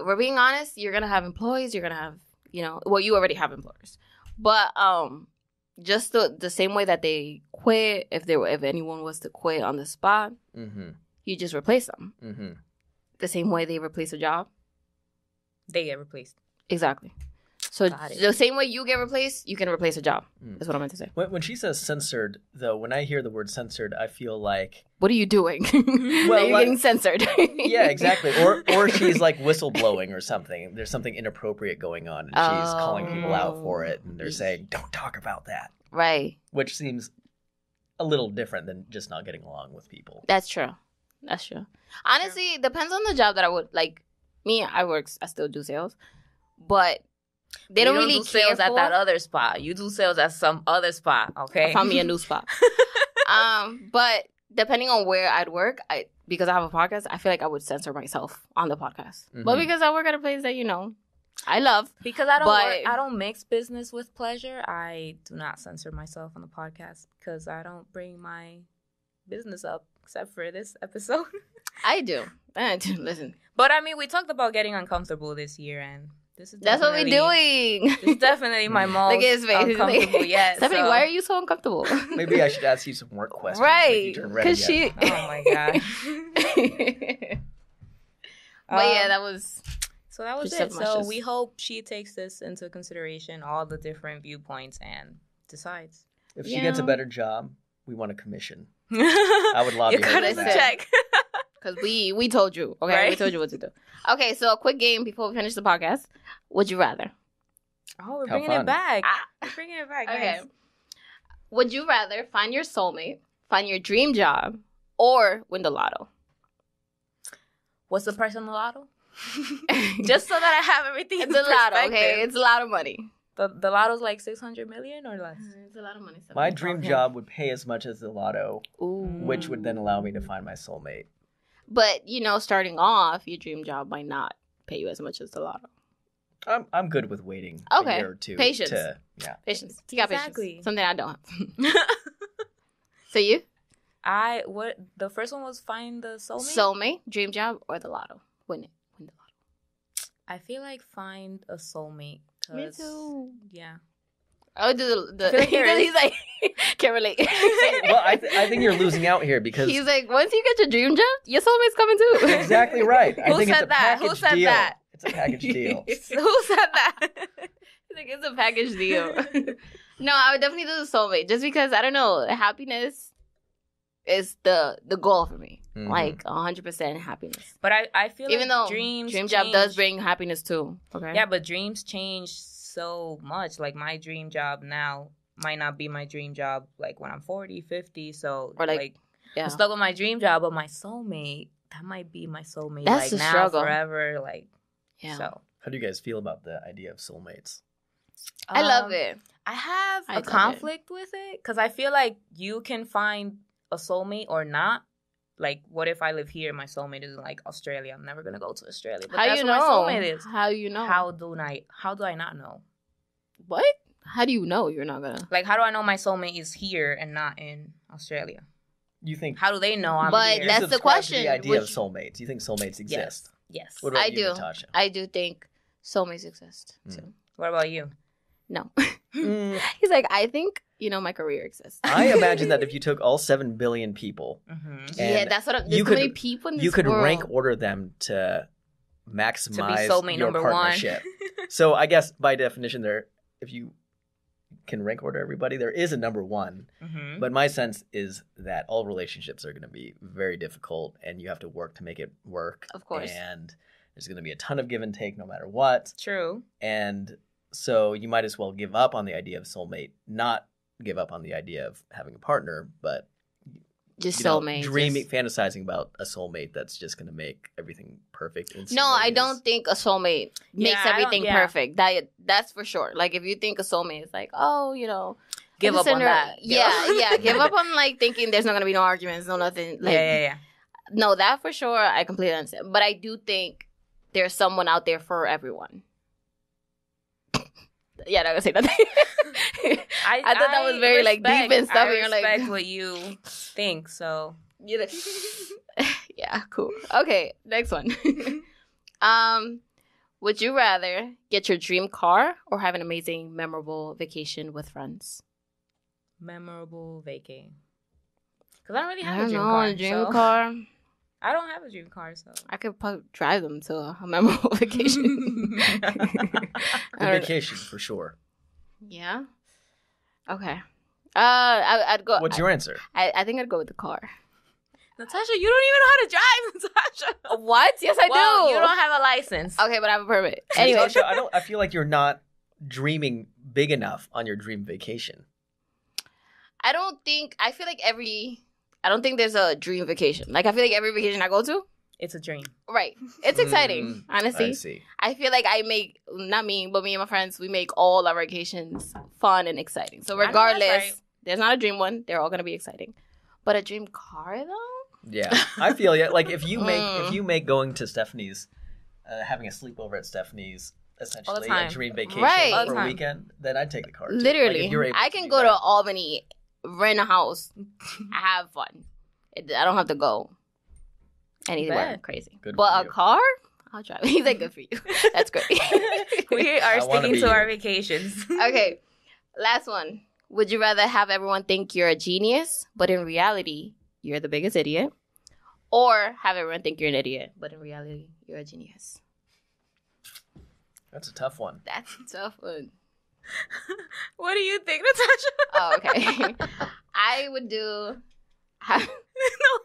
A: we're being honest, you're gonna have employees, you're gonna have, you know, well, you already have employers, but um, just the the same way that they quit, if there were, if anyone was to quit on the spot,
C: Mm-hmm.
A: you just replace them
C: Mm-hmm.
A: the same way they replace a job,
B: They get replaced.
A: exactly. So
B: Got it.
A: the same way you get replaced, you can replace a job.
C: Mm.
A: That's what I meant to say.
C: When, when she says censored, though, when I hear the word censored, I feel
A: [laughs]
C: like
A: What are you doing?
C: Well,
A: that you're
C: like-
A: getting censored.
C: yeah, exactly. Or
A: [laughs]
C: or she's like whistleblowing or something. There's something inappropriate going on, and she's calling people out for it, and they're
A: Oh.
C: saying, "Don't talk about that."
A: right.
C: which seems a little different than just not getting along with people.
A: That's true. That's true. Honestly, it depends on the job that I would like. Me, I work. I still do sales, but They don't,
B: You
A: really
B: do sales
A: care
B: at
A: for
B: that other spot. You do sales at some other spot. Okay.
A: I found
B: [laughs]
A: me a new spot. um, but depending on where I'd work, I because I have a podcast, I feel like I would censor myself on the podcast. But
C: Mhm.
A: because I work at a place that you know I love,
B: Because I don't
A: But-
B: work- I don't mix business with pleasure. I do not censor myself on the podcast because I don't bring my business up except for this episode. [laughs]
A: I do. I do. [laughs] Listen,
B: but I mean, we talked about getting uncomfortable this year, and this is
A: that's what we're
B: definitely-
A: doing.
B: [laughs] This is definitely my
A: [laughs]
B: most
A: Look at his face. He's like,
B: uncomfortable
A: [laughs]
B: yet.
A: Stephanie,
B: so-
A: why are you so uncomfortable? [laughs]
C: Maybe I should ask you some work questions.
A: right?
C: Because
A: Because she.
B: [laughs] Oh my god.
A: [laughs] but yeah,
B: Um,
A: that was
B: So that was
A: Just
B: it.
A: so much
B: So
A: just-
B: we hope she takes this into consideration, all the different viewpoints, and decides. [laughs]
C: if she gets a
A: Yeah.
C: better job, we want a commission. I
B: you
C: would
B: [laughs]
C: lobby her
B: cut
C: for
B: us a
A: listen.
C: that.
B: check.
A: because we we told you. Okay, we
B: Right?
A: told you what to do. Okay, so a quick game before we finish the podcast. Would you rather?
B: Oh, we're
C: How
B: bringing
C: fun.
B: it back.
A: Ah.
B: We're bringing it back.
A: Okay.
B: guys.
A: Would you rather find your soulmate, find your dream job, or win the [laughs] lotto?
B: What's the price on
A: [laughs]
B: the lotto? Just so that I have [laughs] everything in
A: it's a lot, okay?
B: perspective.
A: It's a lot of money.
B: The, the lotto's like 600 million or less.
A: It's a lot of money.
C: My dream
B: Okay.
C: job would pay as much as the lotto,
A: Ooh.
C: which would then allow me to find my soulmate.
A: But you know, starting off, your dream job might not pay you as much as the lotto.
C: I'm I'm good with waiting a
A: Okay.
C: year or two.
A: Patience.
C: To, yeah.
A: Patience. You got
B: Exactly.
A: patience. Something I don't.
B: [laughs]
A: Have. [laughs] so you
B: I what the first one was find the soulmate.
A: soulmate, dream job, or the lotto? Win it. Win the
B: I feel like find a soulmate. 'cause- Yeah.
A: I would do Oh, the. the [laughs]
B: I feel like there is-
A: he's like can't
B: [laughs]
A: relate.
C: Well, I, th- I think you're losing out here because
A: He's like, once you get your dream job, your soulmate's coming too.
B: [laughs]
A: [laughs]
C: exactly right. I
B: Who
C: think it's
B: said
C: a
B: that?
C: package
B: Who said
C: deal.
B: that?
C: It's a
B: [laughs]
C: package deal.
A: He's
B: Who
A: [laughs]
B: said that?
A: like, it's a package [laughs] deal. [laughs] no, I would definitely do the soulmate just because I don't know. Happiness is the the goal for me.
C: Mhm.
A: Like hundred percent happiness.
B: [laughs] But I, I feel
A: Even
B: like
A: though
B: dreams
A: dream job does
B: change.
A: bring happiness too. Okay.
B: yeah, but dreams change so much. Like my dream job now might not be my dream job like when I'm 40, 50. So
A: Or, like,
B: like,
A: Yeah.
B: I'm stuck with my dream job, but my soulmate that might be my soulmate
A: That's
B: like
A: the
B: now
A: struggle.
B: forever. Like
A: Yeah.
B: so,
C: How do you guys feel about the idea of soulmates?
A: I love
B: Um,
A: it.
B: I have
A: I
B: a
A: love it.
B: conflict with it because I feel like you can find a soulmate or not. Like, what if I live here and my soulmate is in like Australia? I'm never gonna go to Australia. But
A: How
B: that's
A: you
B: where
A: know?
B: my soulmate is.
A: How you know?
B: How do I? How do I not know?
A: what? How do you know you're not gonna?
B: Like, how do I know my soulmate is here and not in Australia?
C: You think
B: How do they know I'm
A: But
B: here?
A: that's
C: you
A: the
C: subscribe to
A: question.
C: The idea
A: Would
C: of
A: you-
C: soulmates. You think soulmates exist?
B: yes.
C: What
B: What,
C: about
A: I
C: you,
A: do.
C: Natasha?
A: I do think soulmates exist
C: Hmm.
A: too.
B: about you?
A: No, [laughs]
C: Mm,
A: he's like, I think you know my career exists.
C: I imagine that if you took all seven billion people,
B: hmm
A: [laughs] yeah,
C: and
A: that's what. I'm,
C: you
A: there's so
C: could-
A: many people in this
C: you could
A: world.
C: rank order them to maximize
B: soulmate
C: your
B: number one.
C: partnership.
A: [laughs]
C: so I guess by definition, there, if you can rank order everybody, there is a number one.
B: hmm
C: But my sense is that all relationships are going to be very difficult, and you have to work to make it work.
A: Of course.
C: And there's going to be a ton of give and take, no matter what.
B: True.
C: And so you might as well give up on the idea of soulmate, not give up on the idea of having a partner, but
A: just
C: you know,
A: soulmates.
C: dreaming,
A: just-
C: fantasizing about a soulmate that's just going to make everything perfect.
A: No, I don't
C: instantaneous.
A: think a soulmate
B: Yeah,
A: makes
B: I don't-
A: everything
B: yeah.
A: perfect. That that's for sure. Like if you think a soulmate is like, oh, you know,
B: Give
A: Like
B: up
A: the
B: on
A: center- [laughs]
B: that. Give
A: Yeah,
B: up.
A: yeah. Give
B: [laughs]
A: up on like thinking there's not gonna be no arguments, no nothing. Like
B: yeah, yeah, yeah.
A: no, that for sure I completely understand. But I do think there's someone out there for everyone. [laughs] yeah, not gonna say nothing. [laughs] I thought that was very, like, deep and stuff,
B: I
A: and you're like- [laughs]
B: respect what you think. So
A: You know- [laughs] yeah, cool. Okay, next one. [laughs] um, would you rather get your dream car or have an amazing, memorable vacation with friends?
B: memorable vacay. Because I don't really
A: I
B: have
A: don't
B: a dream
A: know,
B: car.
A: a dream
B: so-
A: car.
B: I don't have a dream car, so.
A: I could probably drive them to a memorable [laughs]
C: [laughs]
A: vacation.
C: The
A: I don't-
C: vacation for sure.
A: yeah. Okay. Uh, I, I'd go.
C: What's your answer?
A: I, I think I'd go with the car.
B: Natasha, you don't even know how to drive, [laughs] Natasha.
A: What? Yes, I
B: well,
A: do. Oh.
B: You don't have a license.
A: okay, but I have a permit. [laughs] Anyway,
C: Natasha, I don't. I feel like you're not dreaming big enough on your dream vacation.
A: I don't think I feel like every I don't think there's a dream vacation. Like I feel like every vacation I go to,
B: It's
A: [laughs]
B: a dream.
A: Right. It's exciting, honestly.
C: Mm, I see.
A: I feel like I make not me, but me and my friends, we make all our vacations fun and exciting. So
B: I know that's
A: regardless,
B: right.
A: there's not a dream one. They're all gonna be exciting. But a dream car though?
C: Yeah, I feel yeah. Like if
A: [laughs]
C: you make
A: Mm.
C: if you make going to Stephanie's, uh, having a sleepover at Stephanie's, essentially a
B: time.
C: dream vacation
A: Right.
B: All the
C: for a
B: time.
C: weekend, then I'd take the car. too. Like, if
A: Literally.
C: you're able
A: I
C: do
A: can go
C: that.
A: to Albany, rent a
B: [laughs]
A: house, have fun. It, I don't have to go anywhere
B: Bet.
A: crazy.
C: Good for
A: but
C: you.
A: a car? I'll drive. [laughs] He's like, good for you. That's great.
B: [laughs]
A: [laughs]
B: we
C: I
B: are
C: wanna
B: sticking
C: be
B: to
C: you.
B: our vacations.
A: okay. Last one. Would you rather have everyone think you're a genius, but in reality, you're the biggest idiot? Or have everyone think you're an idiot, but in reality, you're a genius?
C: That's a tough one.
A: That's a tough one.
B: [laughs] What do you think, Natasha?
A: [laughs] Oh,
B: [laughs]
A: okay. I would do.
B: no,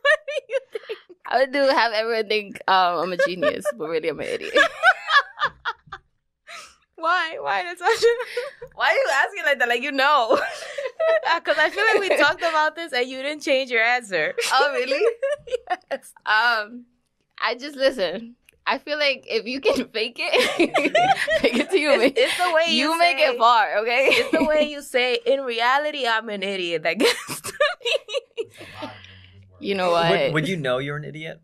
B: what do you think?
A: I would do have everyone think um, I'm a genius, but really I'm an idiot.
B: [laughs] Why? Why, Natasha? Why are you asking like that? Like you [laughs] know? Because Uh, I feel like we talked about this and you didn't change your answer.
A: Oh, really?
B: yes.
A: Um, I just listen. I feel like if you can fake it, [laughs] fake it to you.
B: It's,
A: make-
B: it's the way you,
A: you make
B: say-
A: it far, okay?
B: It's
A: [laughs]
B: the way you say. In reality, I'm an idiot. That gets to me.
D: It's a lot in this world.
A: You know what?
C: Would, would you know you're an idiot?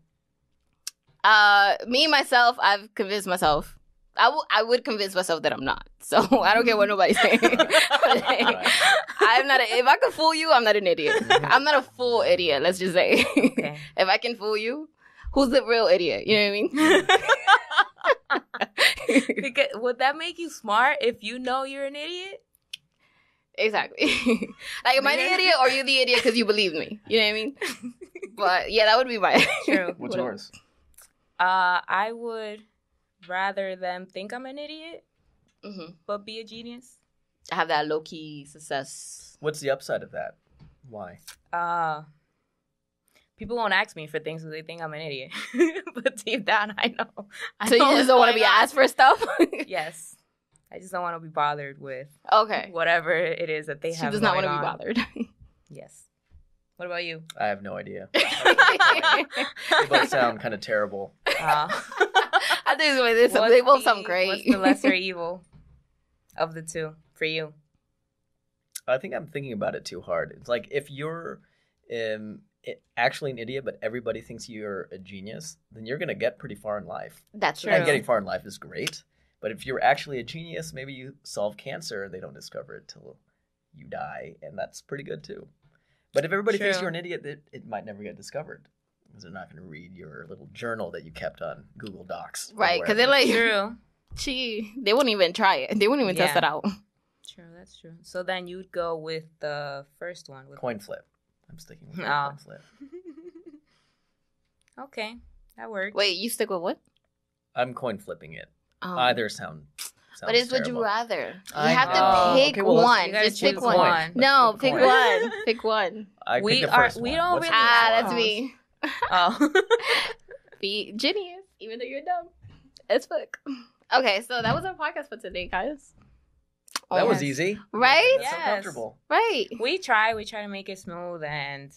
A: Uh, me myself, I've convinced myself. I wou- I would convince myself that I'm not. So [laughs] I don't care what nobody's [laughs]
B: [laughs]
A: saying. Like,
C: Right.
A: I'm not. A, if I can fool you, I'm not an idiot.
C: Mhm.
A: I'm not a full idiot. Let's just say,
B: [laughs] Okay.
A: [laughs] if I can fool you, who's the real idiot? You know what I [laughs] mean?
B: because would that make you smart if you know you're an idiot?
A: exactly. [laughs] like, am I the
B: Yeah.
A: idiot or you the idiot because you believe me? You know what I
B: [laughs]
A: mean? But yeah, that would be my [laughs]
B: True.
C: What's yours?
B: Uh, I would rather them think I'm an idiot
A: Mhm.
B: but be a genius.
A: I have that low key success.
C: What's the upside of that? Why?
B: Uh, people won't ask me for things because they think I'm an idiot. [laughs] but deep down, I know. I
A: So you
B: know
A: just
B: what's
A: don't want to
B: going
A: be
B: on.
A: asked for
B: [laughs]
A: stuff.
B: Yes. I just don't want to be bothered with
A: okay.
B: whatever it is that they
A: she
B: have.
A: does not
B: going
A: want to be
B: on.
A: bothered.
B: [laughs]
A: [laughs]
B: Yes. What about you?
C: I have no
A: [laughs]
C: idea. They both
B: uh,
C: sound kind of terrible.
A: I think it's- it's-
B: what's
A: they both
B: the-
A: sound great.
B: What's the lesser evil of the two for you?
C: I think I'm thinking about it too hard. It's like if you're um, i actually an idiot, but everybody thinks you're a genius, then you're gonna get pretty far in life.
A: [laughs] That's
B: True.
C: And getting far in life is great, but if you're actually a genius, maybe you solve cancer and they don't discover it till you die, and that's pretty good too. But if everybody thinks
B: True.
C: you're an idiot, it, it might never get discovered because they're not gonna read your little journal that you kept on Google Docs, or
A: Right, because they're
C: wherever.
A: like,
B: True.
A: she, they wouldn't even try it. They wouldn't even test
B: Yeah.
A: it out. [laughs]
B: True, that's true. So then you'd go with the first one. With
C: coin flip. I'm sticking with the
B: Oh.
C: coin flip.
B: okay, that works.
A: Wait, you stick with what?
C: I'm coin flipping it.
B: Oh.
A: Um,
C: Either sound.
A: But it's
C: sounds
A: would you
C: terrible.
A: rather? You
C: I
A: have
B: know.
A: to pick
C: Okay, well, let's-
A: one.
B: You gotta
A: Just pick
B: choose
A: one.
B: one.
C: Let's
A: No,
C: pick
A: pick
C: one.
A: one. pick
B: [laughs]
A: one.
C: I picked
B: We
C: the
B: are-
C: first
B: we
C: one.
B: don't
C: What's the
B: really-
A: Ah,
C: first
A: that's
C: one?
A: me.
B: [laughs] Oh, [laughs]
A: [laughs] Be genius, even though you're dumb. It's fuck. Okay, so that was our podcast for today, guys.
C: That
A: Oh,
C: was
B: Yes.
C: easy.
A: Right?
C: That's so
B: Yes.
C: comfortable.
A: Right.
B: we try. We try to make it smooth and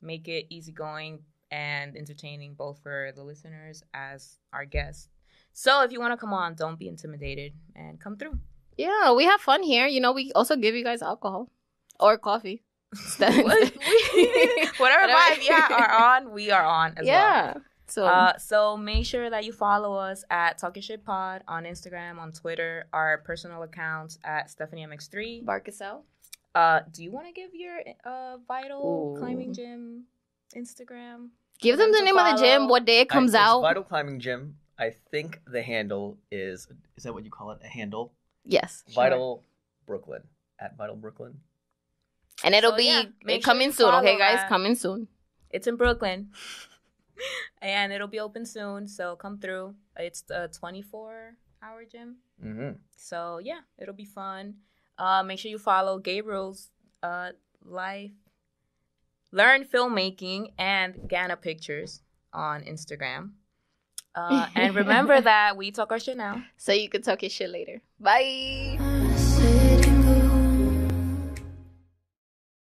B: make it easygoing and entertaining, both for the listeners as our guests. So if you want to come on, don't be intimidated and come
A: [laughs]
B: through. [laughs]
A: Yeah, we have fun here. You know, we also give you guys alcohol or
B: [laughs]
A: coffee. [laughs]
B: What- we- Whatever
A: Whatever.
B: vibe you are on, we are on as well.
A: yeah. So
B: Uh, so make sure that you follow us at Talk Your Shit Pod on Instagram, on Twitter, our personal accounts at Stephanie MX3.
A: bark us out.
B: Uh, do you want to give your uh, Vital
A: Ooh.
B: Climbing Gym Instagram?
A: Give them the name of the gym. What day it comes
C: I, it's
A: out?
C: Vital climbing gym. I think the handle is is that what you call it? A handle.
A: Yes,
B: Sure.
C: Vital Brooklyn at Vital Brooklyn.
A: and it'll
B: So,
A: be
B: yeah, make sure
A: coming
B: you
A: soon. Okay,
B: follow
A: guys,
B: that.
A: coming soon.
B: It's in Brooklyn. and it'll be open soon, so come through. It's a 24 hour gym.
C: Mm-hmm.
B: So yeah, it'll be fun. Uh, make sure you follow Gabriel's uh, life, learn filmmaking, and Ghana Pictures on Instagram. Uh, and remember that we talk our shit now.
A: So you can talk your shit later. Bye.
E: Sitting
D: [laughs]